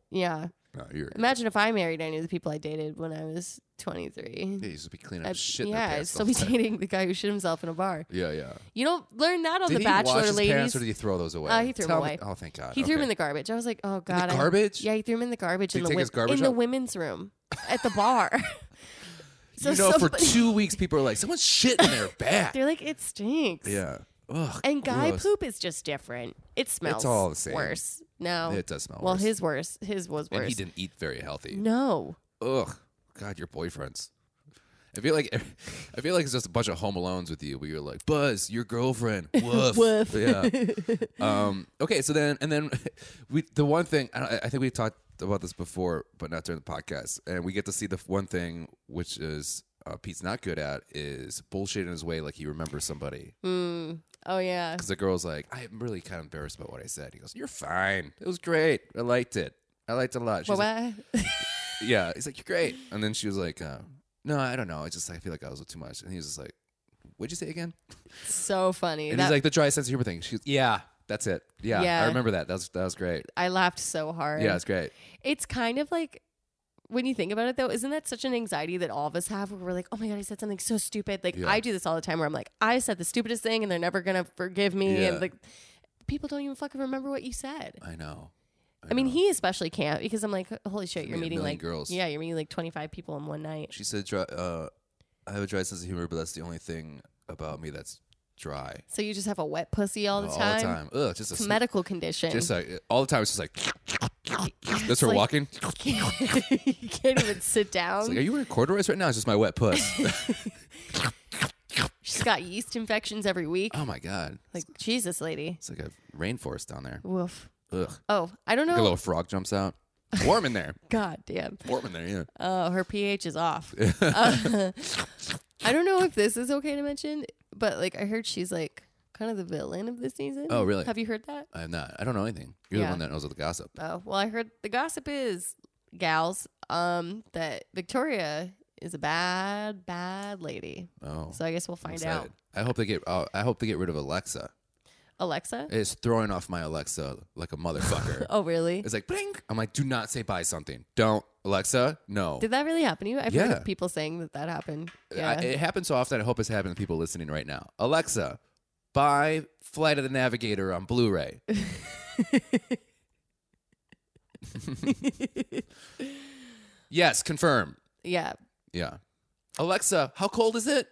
No, you're. Imagine if I married any of the people I dated when I was 23. Yeah, you used to be cleaning up I'd- shit. in their yeah, I'd pants still all be the time. dating the guy who shit himself in a bar. Yeah, yeah. You don't learn that on Did The he Bachelor, wash his ladies. pants or did he throw those away? Uh, he threw 'em Tell me- away. Oh, thank God. He threw him Okay. in the garbage. I was like, oh god, I- garbage? yeah, he threw him in the garbage Did he in the take wi- his garbage in the out? women's room at the bar. So you know, somebody- for two weeks, people are like, someone's shit in their back. They're like, it stinks. yeah. Ugh, And guy gross. poop is just different. It smells all the same. worse. No. It does smell well, worse. his worse. His was And he worse. didn't eat very healthy. No. Ugh. God, your boyfriends. I feel like I feel like it's just a bunch of home alones with you where you're like, Buzz, your girlfriend. Woof. Woof. Yeah. um, okay, so then and then we the one thing I, don't- I think we talked about this before, but not during the podcast, and we get to see the one thing which is uh, Pete's not good at is bullshit in his way, like he remembers somebody Mm. Oh yeah. because the girl's like, I'm really kind of embarrassed about what I said. He goes, You're fine. It was great. I liked it. I liked it a lot. She's Well, like, what? yeah, he's like, you're great. And then she was like, uh, no, I don't know. I just I feel like I was too much. And he was just like, what'd you say again? so funny. And That, he's like, the dry sense of humor thing. She's yeah, that's it. Yeah, Yeah. I remember that. That was that was great. I laughed so hard. Yeah, it's great. It's kind of like when you think about it though, isn't that such an anxiety that all of us have where we're like, oh my God, I said something so stupid. Like Yeah. I do this all the time where I'm like, I said the stupidest thing and they're never gonna forgive me. Yeah. And like people don't even fucking remember what you said. I know. I mean, know. he especially can't because I'm like, holy shit, You you're meet a meeting million like girls. Yeah, you're meeting like 25 people in one night. She said, dry, uh, I have a dry sense of humor, but that's the only thing about me that's dry So you just have a wet pussy all the time. Ugh, just a It's a sm- medical condition. just like all the time. It's just like that's It's her like- walking. you, can't, you can't even sit down. It's like, are you wearing corduroys right now? It's just my wet puss. She's got yeast infections every week. oh my god, Like Jesus, lady. it's like a rainforest down there. Woof. Ugh, Oh, I don't like a know. little frog jumps out. Warm in there. God damn. Warm in there. Yeah. Uh, her pH is off. Uh, I don't know if this is okay to mention, but like I heard she's like kind of the villain of this season. Oh, really? Have you heard that? I am not. I don't know anything. You're the Yeah. one that knows all the gossip. Oh, well, I heard the gossip is, gals, um, that Victoria is a bad, bad lady. Oh, So I guess we'll I'm find out. excited. I hope they get. oh, I hope they get rid of Alexa. Alexa? It's throwing off my Alexa like a motherfucker. Oh, really? It's like bling. I'm like, do not say buy something. Don't Alexa. No. Did that really happen to you? I've heard Yeah. of people saying that that happened. Yeah. I, it happens so often. I hope it's happening to people listening right now. Alexa, buy Flight of the Navigator on Blu-ray. yes, confirm. yeah. Yeah. Alexa, how cold is it?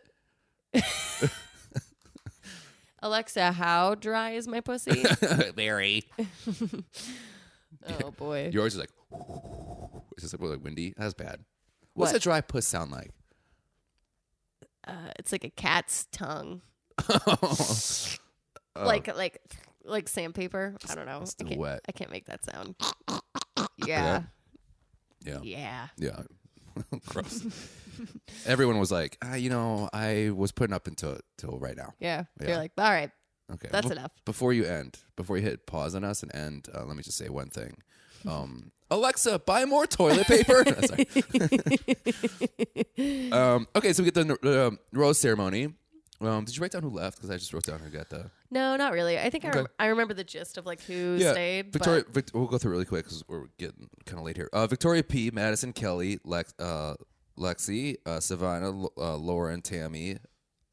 Alexa, how dry is my pussy? Very. oh, boy. Yours is like, it's just like really windy. That's bad. What's What? a dry puss sound like? Uh, it's like a cat's tongue. Oh. Like, like, like sandpaper. I don't know. it's I still can't, wet. I can't make that sound. Yeah. yeah, Yeah. yeah. Gross. Everyone was like, ah, you know, I was putting up until till right now. Yeah. Yeah. You're like, all right, Okay, that's Bef- enough. Before you end, before you hit pause on us and end, uh, let me just say one thing. Um, Alexa, buy more toilet paper. Sorry. um, okay, so we get the uh, rose ceremony. Um, did you write down who left? Because I just wrote down who got the. No, not really. I think I, Okay. rem- I remember the gist of like who stayed. Victoria. Vic- we'll go through really quick because we're getting kind of late here. Uh, Victoria P, Madison Kelly, Lex, uh, Lexi, uh, Savannah, L- uh, Lauren, Tammy,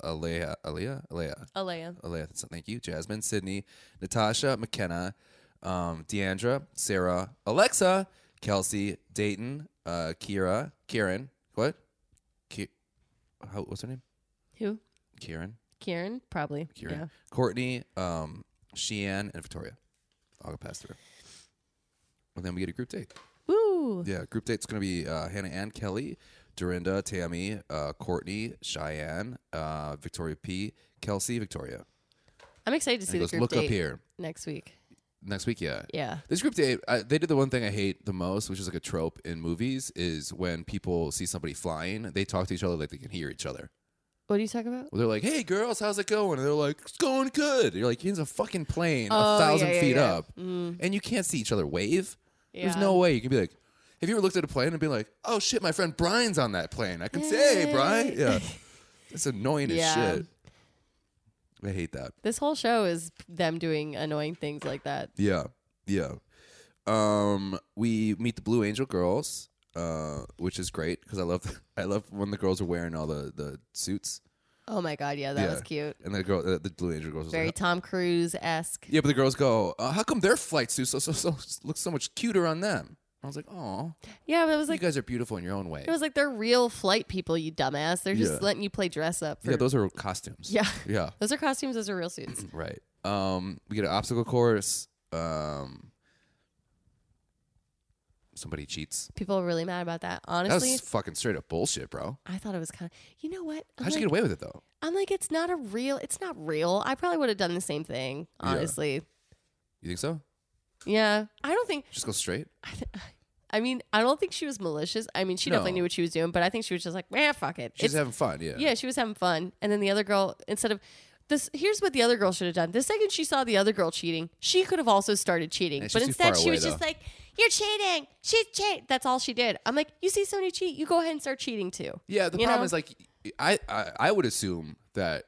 Alea, Alea, Alea, but Alea. Alea. that's- Thank you, Jasmine, Sydney, Natasha, McKenna, um, Deandra, Sarah, Alexa, Kelsey, Dayton, uh, Kira, Karen. What? Ki- how, what's her name? Who? Karen. Kieran, probably. Kieran, Yeah. Courtney, um, Sheehan, and Victoria. I'll go past through. And then we get a group date. Woo. Yeah, group date's going to be uh, Hannah Ann Kelly, Dorinda, Tammy, uh, Courtney, Cheyenne, uh, Victoria P, Kelsey, Victoria. I'm excited to And see he the goes, group look date up here next week. next week. Yeah. Yeah. This group date, I, they did the one thing I hate the most, which is like a trope in movies, is when people see somebody flying, they talk to each other like they can hear each other. What are you talking about? Well, they're like, "Hey, girls, how's it going?" And they're like, "It's going good." You're like, "He's a fucking plane Oh, a yeah, thousand yeah, feet yeah. Mm. up, and you can't see each other wave." There's Yeah. no way you can be like, "Have you ever looked at a plane and been like, oh shit, my friend Brian's on that plane? I can say, hey, Brian, Yay." yeah." That's annoying Yeah. as shit. I hate that. This whole show is them doing annoying things like that. Yeah, yeah. Um, we meet the Blue Angel girls, uh, which is great because I love I love when the girls are wearing all the the suits Oh my God. Yeah, that Yeah. was cute. and the girl uh, the Blue Angel girls. was Very like, Tom Cruise esque. Yeah, but the girls go, uh, how come their flight suits so, so, so, look so much cuter on them? I was like, oh, Yeah, but it was like you guys are beautiful in your own way. it was like they're real flight people, you dumbass. They're just Yeah. letting you play dress up. For, yeah, those are costumes. Yeah. Yeah. those are costumes. Those are real suits. Right. Um, we get an obstacle course. Um, somebody cheats. People are really mad about that. That Honestly, was fucking straight up bullshit, bro. I thought it was kind of. You know what? I'm How'd you like, get away with it though? I'm like, it's not a real. It's not real. I probably would have done the same thing. Yeah. Honestly, You think so? yeah. I don't think. Just go straight. I, th- I mean, I don't think she was malicious. I mean, she definitely No. knew what she was doing, but I think she was just like, eh, fuck it. She's It's- having fun. Yeah. yeah, she was having fun. And then the other girl, instead of this, here's what the other girl should have done. The second she saw the other girl cheating, she could have also started cheating, Yeah, she's but too instead far she was away, just though. like, "You're cheating. She's cheat." That's all she did. I'm like, you see somebody cheat, you go ahead and start cheating too. Yeah, the You problem know? is like I, I I would assume that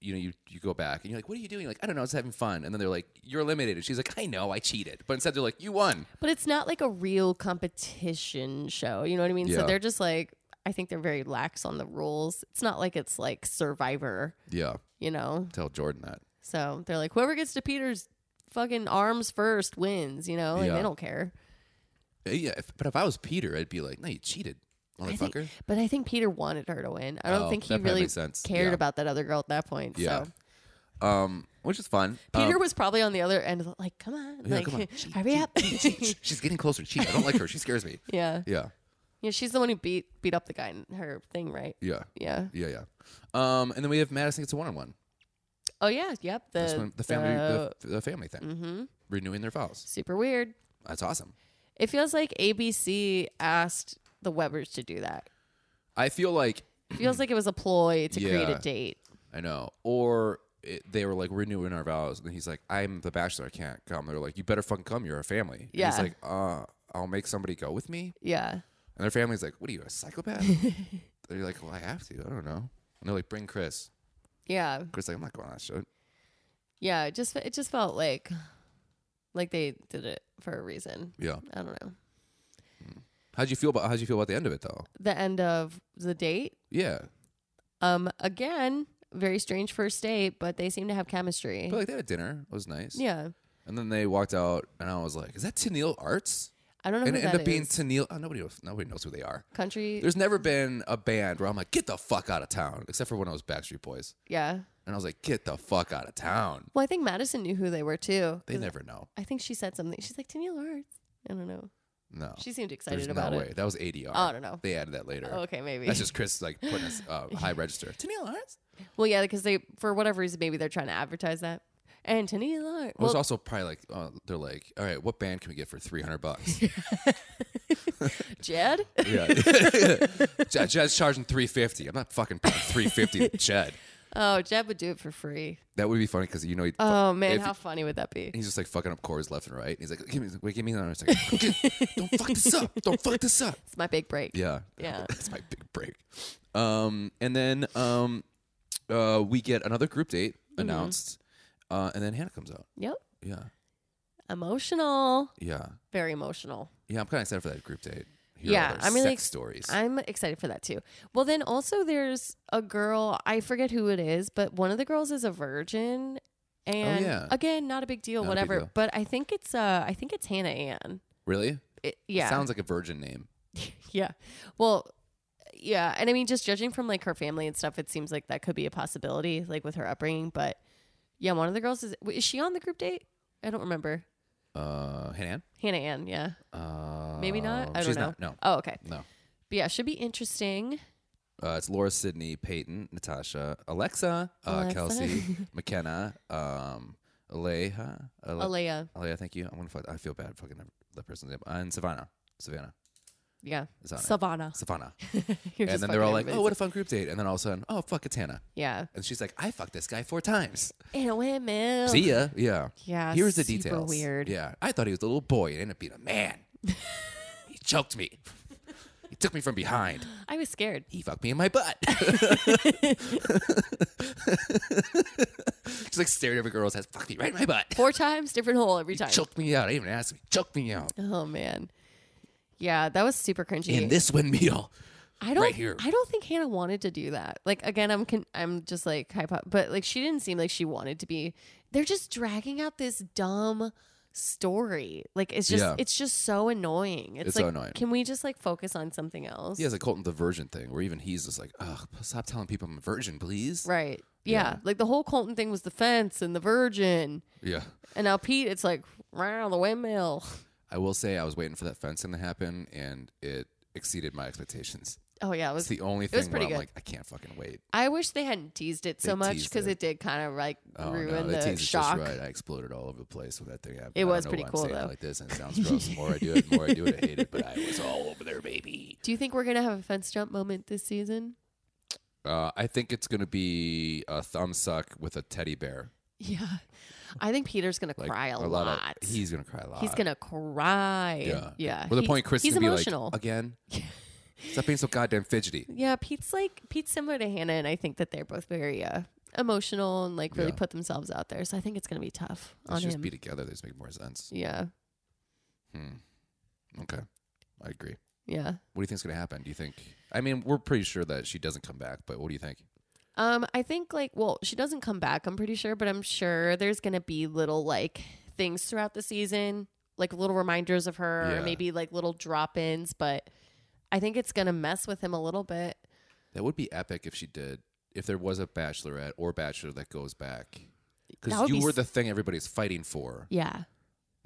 you know you you go back and you're like, what are you doing? You're like I don't know, I was having fun, and then they're like, you're eliminated. She's like, I know, I cheated, but instead they're like, you won. But it's not like a real competition show. You know what I mean? Yeah. So they're just like, I think they're very lax on the rules. It's not like it's like Survivor, Yeah, you know? tell Jordan that. So they're like, whoever gets to Peter's fucking arms first wins, you know? Like Yeah. they don't care. Uh, Yeah, if, but if I was Peter, I'd be like, no, you cheated, I think- motherfucker. but I think Peter wanted her to win. I don't Oh, think he that probably really makes sense. cared Yeah. about that other girl at that point. Yeah. So Um, which is fun. Peter Um, was probably on the other end of the- like, come on, yeah, like come on. Cheat, hurry up. Sh- she's getting closer. Cheat. I don't like her. She scares me. yeah. Yeah, Yeah, she's the one who beat beat up the guy in her thing, right? yeah, Yeah. yeah, yeah. Um, and then we have Madison gets a one on one. Oh yeah, yep. The That's when the family, the, the family thing, uh, mm-hmm. renewing their vows. Super weird. That's awesome. It feels like ABC asked the Webbers to do that. I feel like It feels like it was a ploy to create Yeah. a date. I know. Or it, they were like, we're renewing our vows. And he's like, I'm the bachelor. I can't come. They're like, you better fucking come. You're a family. And Yeah. he's like, uh, I'll make somebody go with me. Yeah. And their family's like, what are you, a psychopath? they're like, well, I have to. I don't know. And they're like, bring Chris. Yeah. Chris like, I'm not going on that show. Yeah. It just it just felt like like they did it for a reason. Yeah. I don't know. How'd you feel about how'd you feel about the end of it though? the end of the date. Yeah. Um, again, very strange first date, but they seem to have chemistry. But like they had dinner. It was nice. yeah, And then they walked out and I was like, Is that Tennille Arts? I don't know And who it that ended up being is. Tennille oh, nobody knows- nobody knows who they are. Country, There's never been a band where I'm like, get the fuck out of town, except for when I was Backstreet Boys. yeah. And I was like, get the fuck out of town. Well, I think Madison knew who they were too. They 'cause never know. I think she said something. She's like Tennille Arts. I don't know. No. She seemed There's excited no about way. it. That was ADR. I don't know. They added that later. Oh, okay, maybe. That's just Chris like putting us uh, high register. Tennille Lawrence? well, yeah, because they for whatever reason maybe they're trying to advertise that. And Tennille Arts. It was Well, also probably like, uh, they're like, all right, what band can we get for 300 bucks? Jed. yeah. Jed, Jed's charging 350. I'm not fucking paying 350 to Jed. oh, Jed would do it for free. That would be funny because you know, he, Oh man, if- how funny would that be? he's just like fucking up chords left and right. And he's like, give me, wait, give me another second. Don't fuck this up. Don't fuck this up. It's my big break. Yeah. Yeah. That's my big break. Um, and then um, uh, we get another group date Mm-hmm. announced, uh, and then Hannah comes out. Yep. Yeah. Emotional. Yeah. Very emotional. Yeah. I'm kind of excited for that group date. Hear all Yeah, their I'm really sex ex- stories. I'm excited for that too. Well, then also there's a girl. I forget who it is, but one of the girls is a virgin, and Oh, yeah. again, not a big deal, Not a big whatever. deal. But I think it's uh, I think it's Hannah Ann. really? It, yeah, Sounds like a virgin name. yeah. Well, yeah, and I mean, just judging from like her family and stuff, it seems like that could be a possibility, like with her upbringing. But yeah, one of the girls is is she on the group date? I don't remember. Uh, Hannah. Hannah Ann, yeah, Uh, maybe not. I don't she's know. not. No. Oh, okay. No. But yeah, should be interesting. Uh, it's Laura, Sydney, Peyton, Natasha, Alexa, uh, Alexa. Kelsey, McKenna, um, Aleha, Ale- Alea, Aleha. Thank you. I'm gonna. Fuck, I feel bad fucking that person's name. And Savannah. Savannah. yeah, Is that it? Savannah. Savannah. You're and just then they're fucking all like, everybody. "Oh, what a fun group date!" And then all of a sudden, "Oh, fuck, it's Hannah." Yeah. And she's like, "I fucked this guy four times." In a windmill. See ya. Yeah. Yeah. Here's the super details. Weird. Yeah, I thought he was a little boy. It ended up being a man. he choked me. he took me from behind. I was scared. He fucked me in my butt. she's like staring at every girl's head. Fucked me right in my butt. Four times, different hole every time. Choked me out. I didn't even asked me. Choked me out. Oh man. Yeah, that was super cringy. In this windmill. I don't. right here. I don't think Hannah wanted to do that. Like again, I'm con- I'm just like hypo, but like she didn't seem like she wanted to be. They're just dragging out this dumb story. Like it's just Yeah. it's just so annoying. It's, It's so like annoying. can we just like focus on something else? He has a cult and the virgin thing where even he's just like, ugh, stop telling people I'm a virgin, please. Right. Yeah. Yeah. Like the whole Colton thing was the fence and the virgin. Yeah. And now Pete, it's like, wow, the windmill. I will say I was waiting for that fencing to happen and it exceeded my expectations. Oh yeah, it It's was the only was thing where pretty I'm good. like, I can't fucking wait. I wish they hadn't teased it so They much teased because it. it. did kind of like Oh ruin no, that the teaser's shock. just right. I exploded all over the place when that thing happened. It I don't was know pretty why I'm cool, saying it though. like this, and it sounds gross. the more I do it, the more I do it, I hate it. But I was all over there, baby. Do you think we're gonna have a fence jump moment this season? Uh, I think it's gonna be a thumb suck with a teddy bear. Yeah. I think Peter's gonna Like cry a, lot. of- he's gonna cry a lot. He's gonna cry. Yeah. Yeah. Well, the He- point, Chris, He's gonna be emotional. like again. Stop being so goddamn fidgety. Yeah, Pete's like Pete's similar to Hannah, and I think that they're both very uh, emotional and like really Yeah. put themselves out there. So I think it's gonna be tough Let's on just him. be together. This make more sense. yeah, Okay, I agree. yeah. What do you think's gonna happen? Do you think? I mean, we're pretty sure that she doesn't come back, but what do you think? Um, I think like well, she doesn't come back. I'm pretty sure, but I'm sure there's gonna be little like things throughout the season, like little reminders of her, Yeah. or maybe like little drop ins. But I think it's gonna mess with him a little bit. That would be epic if she did. If there was a bachelorette or bachelor that goes back, That would because you be were s- the thing everybody's fighting for. Yeah,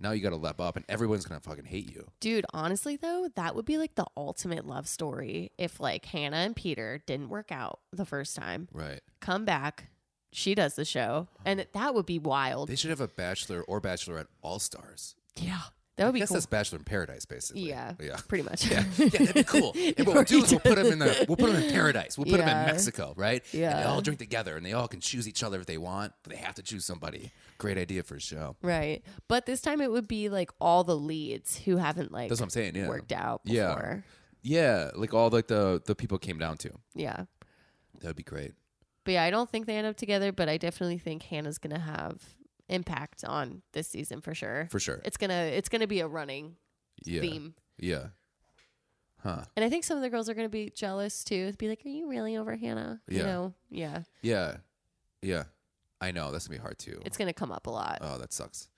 Now you got to lep up, and everyone's gonna fucking hate you. dude. Honestly though, that would be like the ultimate love story if like Hannah and Peter didn't work out the first time. Right? come back. She does the show, and that would be wild. They should have a bachelor or bachelorette all stars. yeah, that would I be guess cool. that's Bachelor in Paradise, basically. Yeah, yeah. pretty much. Yeah, yeah, that'd be cool. And what we'll do is we'll put them in the we'll put them in paradise. We'll put them Yeah. in Mexico, right? and they Yeah. all drink together, and they all can choose each other if they want, but they have to choose somebody. Great idea for a show. right, but this time it would be like all the leads who haven't like That's what I'm saying. Yeah, worked out. Yeah. Before. yeah, like all like the the people it came down to. yeah. That'd be great. But yeah, I don't think they end up together. But I definitely think Hannah's gonna have impact on this season for sure. For sure. It's gonna it's gonna be a running yeah. theme. Yeah. Huh. And I think some of the girls are gonna be jealous too. Be like, "Are you really over Hannah?" Yeah. You know, yeah. Yeah. Yeah. I know. That's gonna be hard too. It's gonna come up a lot. oh, that sucks.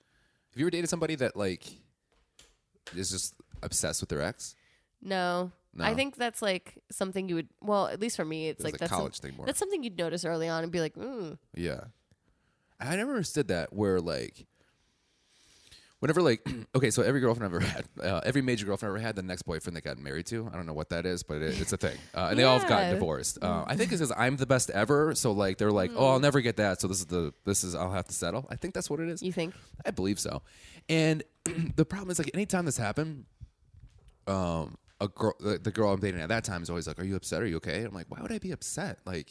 Have you ever dated somebody that like is just obsessed with their ex? No. I No. think that's like something you would well, at least for me, it's It was like a that's some- college thing more. That's something you'd notice early on and be like, mm, Yeah. I never understood that where like whenever like okay, so every girlfriend I've ever had, uh, every major girlfriend I ever had, the next boyfriend they got married to. I don't know what that is, but it, it's a thing. Uh, and they all have gotten Yeah. divorced. Uh, I think it says I'm the best ever, so like they're like, "Oh, I'll never get that." So this is the this is I'll have to settle. I think that's what it is. you think? I believe so. And the problem is like anytime this happened, um, a girl, the, the girl I'm dating at that time is always like, "Are you upset? Are you okay?" I'm like, "Why would I be upset?" Like,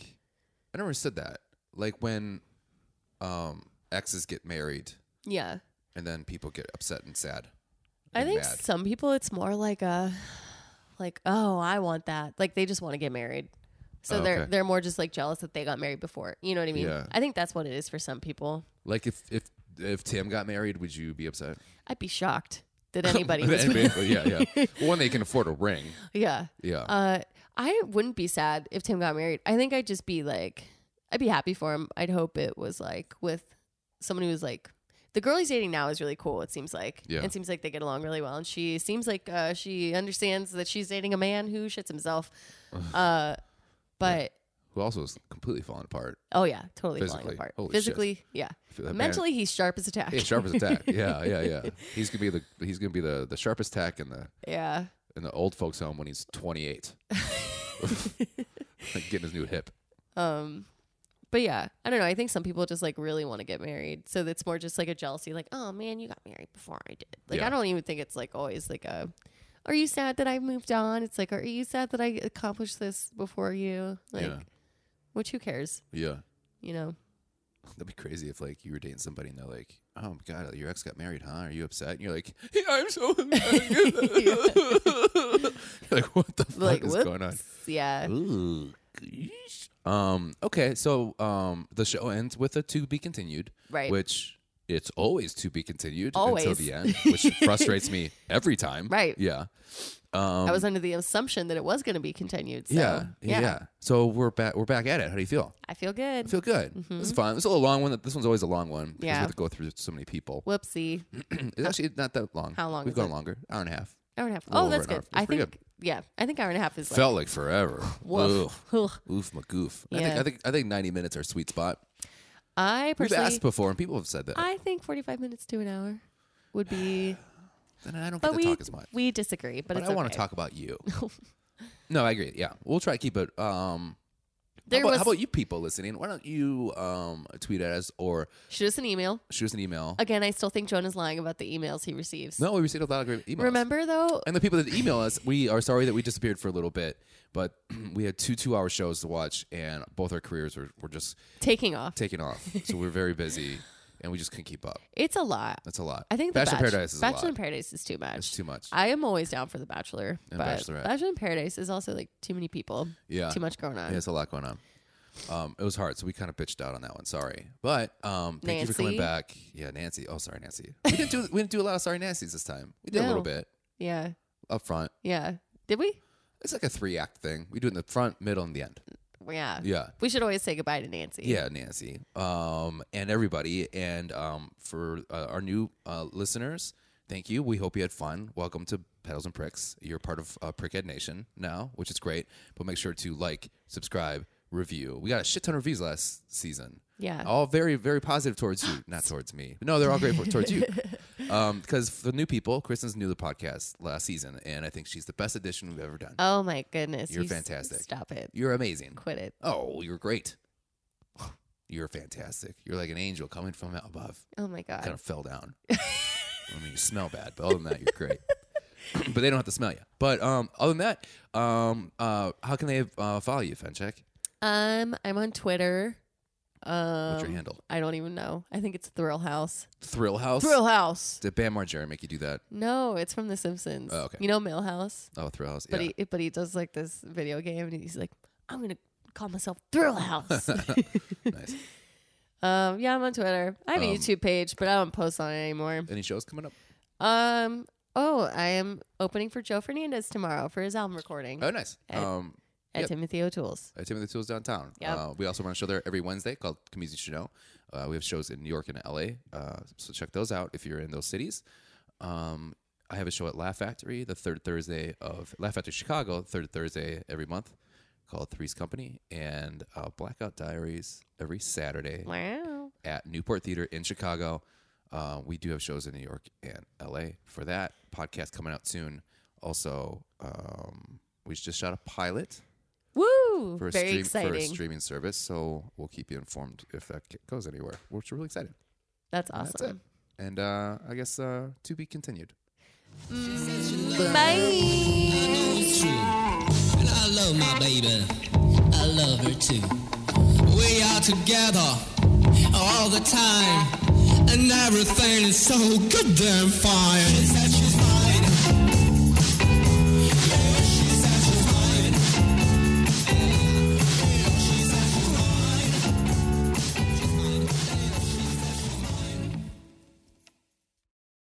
I never said that. Like when, um, exes get married Yeah. and then people get upset and sad. I and think mad. some people it's more like a like, oh, I want that. Like they just want to get married. So Oh, they're okay. they're more just like jealous that they got married before. You know what I mean? Yeah. I think that's what it is for some people. like if if if Tim got married, would you be upset? I'd be shocked that anybody was Basically, yeah, yeah. Well, when they can afford a ring, Yeah. yeah. Uh, I wouldn't be sad if Tim got married. I think I'd just be like, I'd be happy for him. I'd hope it was like with someone who was like, the girl he's dating now is really cool. It seems like, Yeah. it seems like they get along really well, and she seems like uh, she understands that she's dating a man who shits himself. uh, but Who also is completely falling apart. oh yeah, totally Physically. falling apart. Holy shit. Physically, yeah. That man- Mentally, he's sharp as a tack. Yeah, sharpest attack. Yeah, yeah, yeah. He's gonna be the he's gonna be the the sharpest tack in the yeah. in the old folks home when he's 28. like getting his new hip. Um, but yeah, I don't know. I think some people just like really want to get married, so it's more just like a jealousy, like, oh man, you got married before I did. Like, Yeah. I don't even think it's like always like a. Are you sad that I moved on? It's like, are you sad that I accomplished this before you? Like, Yeah. which who cares? Yeah. You know? That'd be crazy if like you were dating somebody and they're like, "Oh my god, your ex got married, huh? Are you upset?" And you're like, yeah, "I'm so mad." You're like, "What the fuck Like, is whoops. going on?" Yeah. Ooh. geesh. Um. Okay. So um, the show ends with a to be continued, Right. which it's always to be continued until Always. the end, which frustrates me every time. Right. Yeah. Um, I was under the assumption that it was going to be continued. So, yeah, yeah. So we're back. We're back at it. How do you feel? I feel good. I feel good. This is fun. This is a long one. This one's always a long one because we Mm-hmm. Yeah. have to go through so many people. Whoopsie. it's actually not that long. How long We've is gone it? longer. Hour and a half. Hour and a half. Little Oh, over that's an hour. good. That's I pretty think, yeah, I think hour and a half is like, Felt like forever. woof. Ugh. Ugh. Oof, my goof. I think Yeah. I think I think ninety minutes are a sweet spot. I We've personally, asked before, and people have said that. I think 45 minutes to an hour would be, then I don't get but to we, talk as much. we disagree, but, But, it's I want okay. to talk about you. no, I agree. Yeah, we'll try to keep it. Um, There how, about, was, how about you people listening? Why don't you um, tweet at us or shoot us an email. shoot us an email? Again, I still think Jonah's lying about the emails he receives. No, we received a lot of great emails. Remember though, And the people that email us, we are sorry that we disappeared for a little bit, but we had two two hour shows to watch, and both our careers were, were just taking off. taking off. so we were very busy, and we just couldn't keep up. It's a lot. That's a lot. I think Bachelor the in Bachelor Paradise is Bachelor a in lot. Paradise is too much. It's too much. I am always down for the Bachelor, And but Bachelorette. Uh, Bachelor in Paradise is also like too many people, yeah, too much going on. Yeah, it's a lot going on. Um, it was hard, so we kind of bitched out on that one. Sorry, but um, thank you for coming Nancy. back. Yeah, Nancy. Oh, sorry, Nancy. We didn't do we didn't do a lot of sorry Nancys this time. We did a little No. bit Yeah, up front. yeah. Did we? It's like a three act thing. We do it in the front, middle, and the end. Yeah. Yeah. We should always say goodbye to Nancy. Yeah, Nancy, um, and everybody, and um, for uh, our new uh, listeners, thank you. We hope you had fun. Welcome to Pedals and Pricks. You're part of uh, Prickhead Nation now, which is great. But make sure to like, subscribe, review. We got a shit ton of reviews last season. Yeah. all very, very positive towards you, not towards me. No, they're all great for, towards you. Because for new people, Kristen's new to the podcast last season, and I think she's the best addition we've ever done. Oh my goodness. You're you s- fantastic. Stop it. You're amazing. Quit it. Oh, you're great. You're fantastic. You're like an angel coming from out above. Oh my god. Kind of fell down. I mean, you smell bad, but other than that, you're great. but they don't have to smell you. But um, other than that, um, uh, how can they uh, follow you, Fencheck? Um, I'm on Twitter. Um, What's your handle? I don't even know. I think it's Thrill House. Thrill House. Thrill House. Did Bam Margera make you do that? No, it's from The Simpsons. Oh, okay. You know Millhouse, Oh, Thrill House. but yeah. he but he does like this video game, and he's like, I'm gonna call myself Thrill House. nice. um, yeah, I'm on Twitter. I have Um, a YouTube page, but I don't post on it anymore. Any shows coming up? Um, oh, I am opening for Joe Fernandez tomorrow for his album recording Oh, nice. At- um, at yep. Timothy O'Toole's. at uh, Timothy Tools downtown. Yep. Uh, we also run a show there every Wednesday called Comedians You Should Know. Uh, we have shows in New York and LA, uh, so check those out if you're in those cities. Um, I have a show at Laugh Factory the third Thursday of Laugh Factory Chicago, third Thursday every month, called Three's Company, and uh, Blackout Diaries every Saturday Wow. at Newport Theater in Chicago. Uh, we do have shows in New York and LA for that podcast coming out soon. Also, um, we just shot a pilot Woo! for a, Very stream, for a exciting. streaming service. So we'll keep you informed if that ki- goes anywhere, which we're really excited. That's And awesome. That's it. And uh, I guess uh, to be continued. Bye. It's true. And I love my baby. I love her too. We are together all the time. And everything is so goddamn fine. Is that you?